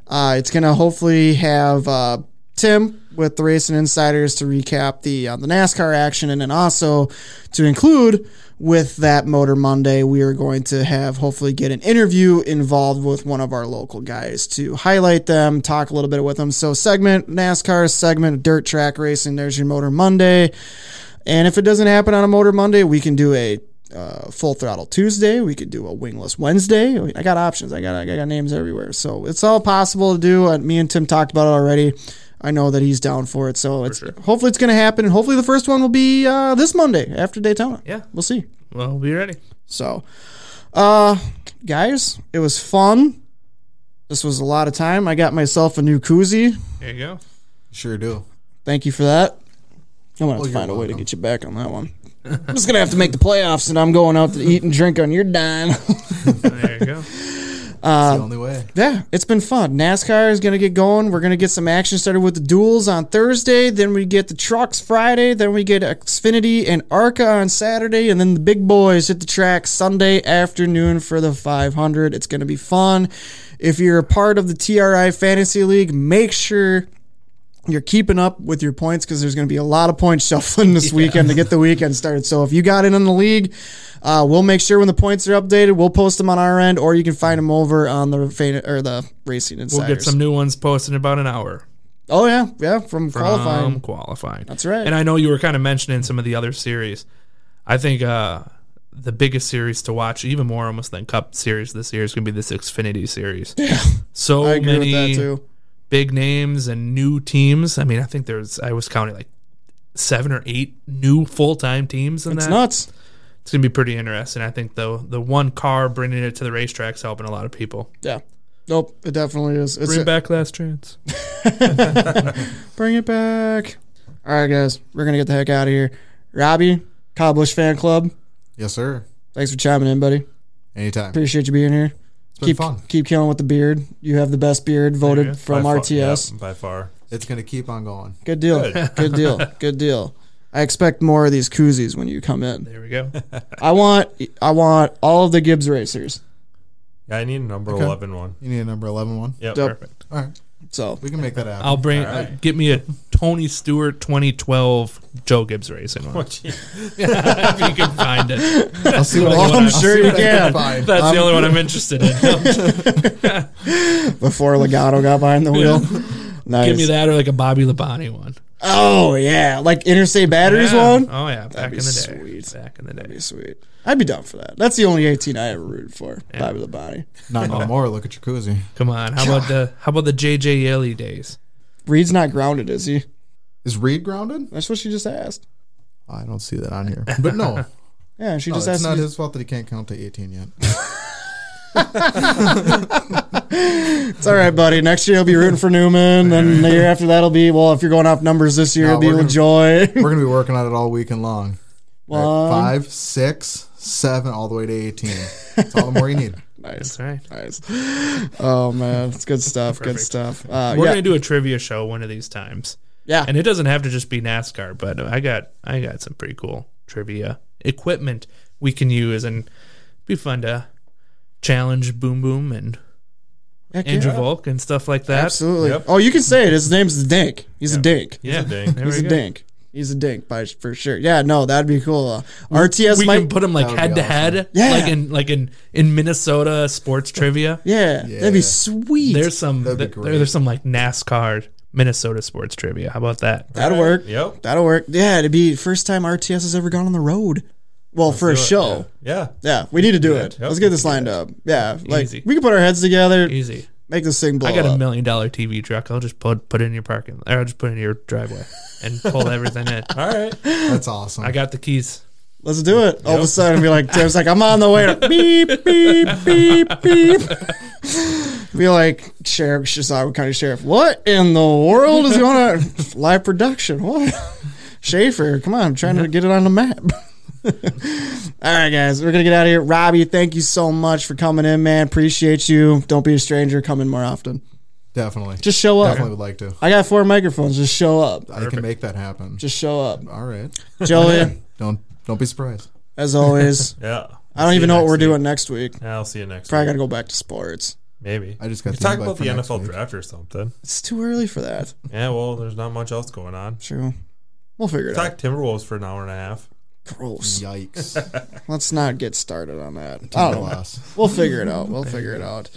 Uh, it's gonna hopefully have uh, Tim with the Racing Insiders to recap the uh, the NASCAR action, and then also to include with that Motor Monday, we are going to have hopefully get an interview involved with one of our local guys to highlight them, talk a little bit with them. So segment NASCAR, segment dirt track racing. There's your Motor Monday. And if it doesn't happen on a Motor Monday, we can do a uh, full throttle Tuesday. We could do a wingless Wednesday. I mean, I got options. I got I got names everywhere. So it's all possible to do. Uh, me and Tim talked about it already. I know that he's down for it. So it's hopefully it's going to happen, and hopefully the first one will be uh, this Monday after Daytona. Yeah. we'll see. well, we'll be ready. So, uh, guys, it was fun. This was a lot of time. I got myself a new koozie. There you go. Sure do. Thank you for that. I'm gonna have to find a way to get you back on that one. I'm just gonna have to make the playoffs, and I'm going out to eat and drink on your dime. There you go. It's Um, the only way. yeah, it's been fun. NASCAR is gonna get going. We're gonna get some action started with the duels on Thursday. Then we get the trucks Friday. Then we get Xfinity and ARCA on Saturday, and then the big boys hit the track Sunday afternoon for the 500. It's gonna be fun. If you're a part of the TRI Fantasy League, make sure you're keeping up with your points because there's going to be a lot of point shuffling this weekend to get the weekend started. So if you got in on the league, uh, we'll make sure when the points are updated, we'll post them on our end, or you can find them over on the fan- or the racing We'll insiders. get some new ones posted in about an hour Oh yeah, yeah, from, from qualifying. qualifying. That's right. And I know you were kind of mentioning some of the other series. I think uh, the biggest series to watch, even more almost than Cup series this year, is going to be this Xfinity series. Yeah. So I agree many with that too. big names and new teams. I mean, I think there's I was counting like seven or eight new full time teams in It's that. nuts. It's gonna be pretty interesting. I think though the one car bringing it to the racetrack's helping a lot of people. Yeah. Nope. It definitely is. It's Bring back last chance. bring it back. All right, guys, we're gonna get the heck out of here. Robbie, Kyle Busch fan club. Yes, sir. Thanks for chiming in, buddy. Anytime. It's Appreciate you being here. been keep fun. keep killing with the beard. You have the best beard voted from By far- RTS. yeah, by far. It's gonna keep on going. Good deal. Good. deal. Good deal. I expect more of these koozies when you come in. There we go. I want I want all of the Gibbs racers. Yeah, I need a number 11 one. You need a number 11 one. Yep. Yep. Perfect. All right, So we can make that happen. I'll bring uh, get me a Tony Stewart 2012 Joe Gibbs racing Oh, one. if you can find it. I'll see what Well, I I'm can sure you can. find. That's the only one I'm interested in. before Legato got behind the wheel. Nice. Give me that or like a Bobby Labonte one. Oh yeah, like interstate batteries Yeah. one. Oh yeah, back be in the day. sweet. Back in the day. Be Sweet. I'd be down for that. That's the only 18 I ever rooted for. Bobby Labonte. Not no more. Look at your koozie. Come on. How about the how about the JJ Yelly days? Reed's not grounded, is he? Is Reed grounded? That's what she just asked. I don't see that on here. But no, Yeah, she No, just Oh, it's asked. not me- his fault that he can't count to 18 yet. It's all right, buddy. Next year you'll be rooting for Newman, and the year after that'll be well. If you're going off numbers this year, No, it'll be we're gonna- LaJoy. We're gonna be working on it all weekend long. All right, One. five, six, seven, all the way to 18. That's all the more you need. That's right. Nice. Oh man, it's good stuff. good Perfect. stuff. Uh, We're yeah, gonna do a trivia show one of these times. yeah. And it doesn't have to just be NASCAR, but I got I got some pretty cool trivia equipment we can use and be fun to challenge Boom Boom and Heck Andrew yeah. Volk and stuff like that. Absolutely. Yep. Oh, you can say it. His name's the Dink. He's a Dink. Yeah, dink. there He's we a go. Dink. He's a Dink by for sure. Yeah, no, that'd be cool. Uh, RTS We might. can put them like That would be head to head, Yeah. like in like in in Minnesota sports trivia. yeah, that'd be Yeah. sweet. There's some That'd be th- great. there's some like NASCAR Minnesota sports trivia. How about that? that'll work. Yep. That'll work. Yeah, it'd be first time RTS has ever gone on the road. Well, for a do it. show. Yeah. Yeah, we need to do it. Yep, Let's get we this can lined do up. Yeah, like Easy. we can put our heads together, Easy. make this thing blow I got a up. million dollar TV truck. I'll just put put it in your parking. Or I'll just put it in your driveway and pull everything in. All right. That's awesome. I got the keys. Let's do it. All of a sudden, be like, Tim's like, I'm on the way. beep, beep, beep, beep. be like, Sheriff, Chisago County Sheriff, what in the world is going on? Live production. What? Schaefer, come on, I'm trying to get it on the map. All right, guys, we're going to get out of here. Robbie, thank you so much for coming in, man. Appreciate you. Don't be a stranger. Come in more often. definitely. Just show up. definitely would like to. I got four microphones. Just show up. I can make that happen. Just show up. All right. Joey, Don't don't be surprised. as always, Yeah. I don't See you even know what next we're week. doing next week. Yeah, I'll see you next Probably got week. to go back to sports. Maybe. I just got We the could talk invite about for the next NFL week. draft or something. It's too early for that. Yeah, well, there's not much else going on. True. We'll figure it out. Talk Timberwolves for an hour and a half. Gross. Yikes. Let's not get started on that. I don't know. Loss. We'll figure it out. We'll figure it out.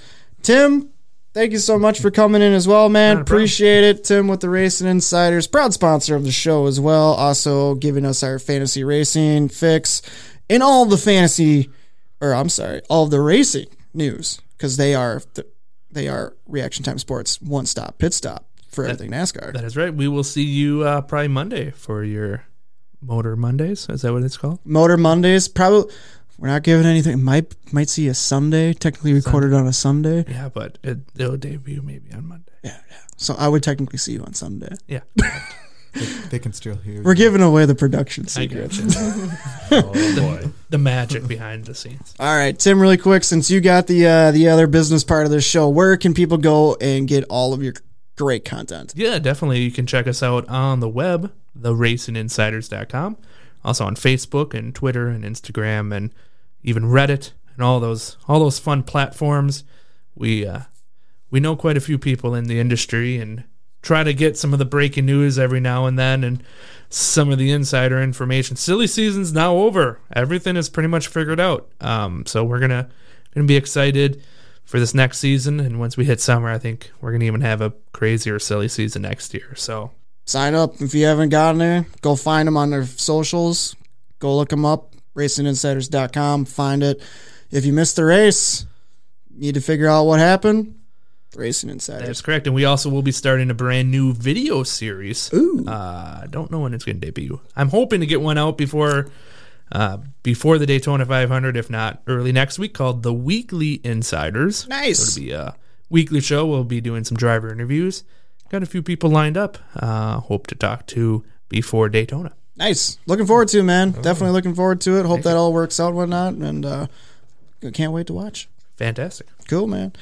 Tim, thank you so much for coming in as well, man. Appreciate it. Tim with the Racing Insiders, proud sponsor of the show as well. Also giving us our fantasy racing fix and all the fantasy, or I'm sorry, all the racing news because they are the, they are Reaction Time Sports one stop pit stop for everything NASCAR. That is right. We will see you uh, probably Monday for your Motor Mondays. Is that what it's called? Motor Mondays. Probably we're not giving anything. Might might see a Sunday. Technically recorded on a Sunday. Yeah, but it, it'll debut maybe on Monday. So I would technically see you on Sunday. Yeah. They can still hear. We're giving away the production secrets. Oh, boy. the magic behind the scenes. All right, Tim. Really quick, since you got the uh, the other business part of this show, where can people go and get all of your great content? Yeah, definitely. You can check us out on the web, theracinginsiders.com. Also on Facebook and Twitter and Instagram and even Reddit and all those all those fun platforms. We uh, we know quite a few people in the industry and try to get some of the breaking news every now and then and some of the insider information. Silly season's now over. Everything is pretty much figured out. Um, so we're gonna gonna be excited for this next season. And once we hit summer, I think we're gonna even have a crazier silly season next year. So Sign up if you haven't gotten there. Go find them on their socials. Go look them up. RacingInsiders.com. Find it. If you missed the race, need to figure out what happened. Racing Insiders. that's correct. And we also will be starting a brand new video series. Ooh. Uh, I don't know when it's gonna debut. I'm hoping to get one out before. Uh, before the Daytona 500, if not early next week, called the Weekly Insiders. Nice. be a weekly show. We'll be doing some driver interviews. Got a few people lined up. Uh, hope to talk to before Daytona. Nice. Looking forward to it, man. Definitely looking forward to it. Hope that all works out and whatnot. And uh, can't wait to watch. Fantastic. Cool, man.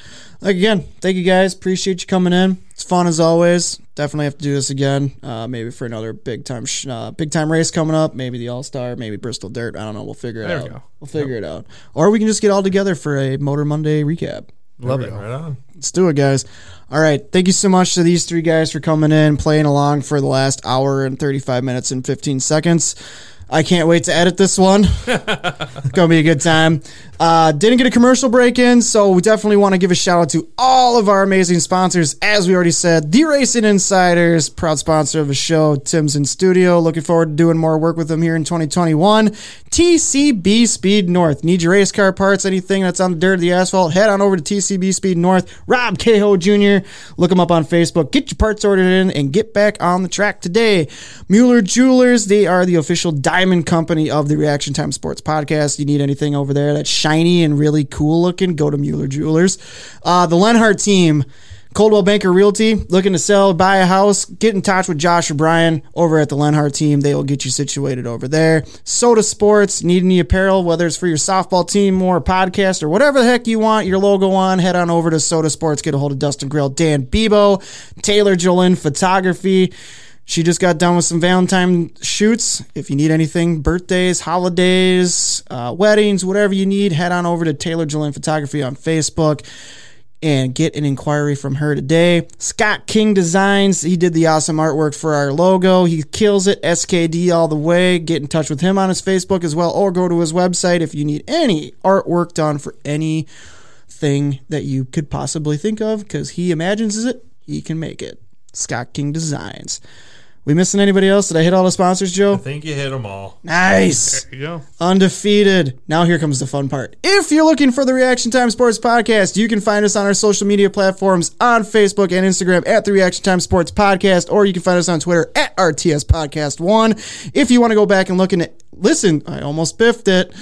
Like again, thank you guys. Appreciate you coming in. It's fun as always. Definitely have to do this again. Uh, maybe for another big time, sh- uh, big time race coming up. Maybe the All Star. Maybe Bristol Dirt. I don't know. We'll figure it There out. we go. We'll figure it out. Or we can just get all together for a Motor Monday recap. Love it. Right on. Let's do it, guys. All right. Thank you so much to these three guys for coming in, playing along for the last hour and 35 minutes and 15 seconds. I can't wait to edit this one. Gonna be a good time. Uh, didn't get a commercial break in, so we definitely want to give a shout out to all of our amazing sponsors. As we already said, The Racing Insiders, proud sponsor of the show, Tim's in Studio. Looking forward to doing more work with them here in 2021. TCB Speed North. Need your race car parts, anything that's on the dirt of the asphalt, head on over to TCB Speed North. Rob Cahoe Jr., look him up on Facebook. Get your parts ordered in and get back on the track today. Mueller Jewelers, they are the official diamond company of the Reaction Time Sports podcast. You need anything over there that's shiny and really cool looking, go to Mueller Jewelers. Uh, the Lenhart team. Coldwell Banker Realty, looking to sell, buy a house, get in touch with Josh or Brian over at the Lenhart team. They will get you situated over there. Soda Sports, need any apparel, whether it's for your softball team or a podcast or whatever the heck you want your logo on, head on over to Soda Sports. Get a hold of Dustin Grill, Dan Bebo, Taylor Jolin Photography. She just got done with some Valentine shoots. If you need anything, birthdays, holidays, uh, weddings, whatever you need, head on over to Taylor Jolin Photography on Facebook and get an inquiry from her today. Scott King Designs, he did the awesome artwork for our logo. He kills it, SKD all the way. Get in touch with him on his Facebook as well, or go to his website if you need any artwork done for any thing that you could possibly think of because he imagines it, he can make it. Scott King Designs. We missing anybody else? Did I hit all the sponsors, Joe? I think you hit them all. Nice. There you go. Undefeated. Now here comes the fun part. If you're looking for the Reaction Time Sports podcast, you can find us on our social media platforms on Facebook and Instagram at the Reaction Time Sports Podcast, or you can find us on Twitter at RTS Podcast One. If you want to go back and look and listen, I almost biffed it.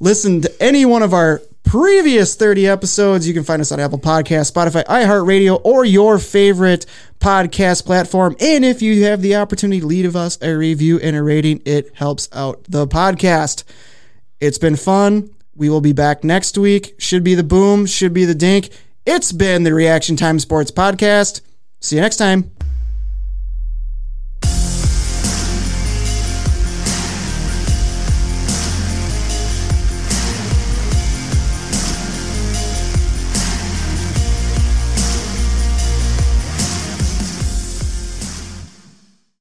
Listen to any one of our previous 30 episodes. You can find us on Apple Podcasts, Spotify, iHeartRadio, or your favorite podcast platform. And if you have the opportunity, leave us a review and a rating. It helps out the podcast. It's been fun. We will be back next week. Should be the boom, should be the dink. It's been the Reaction Time Sports Podcast. See you next time.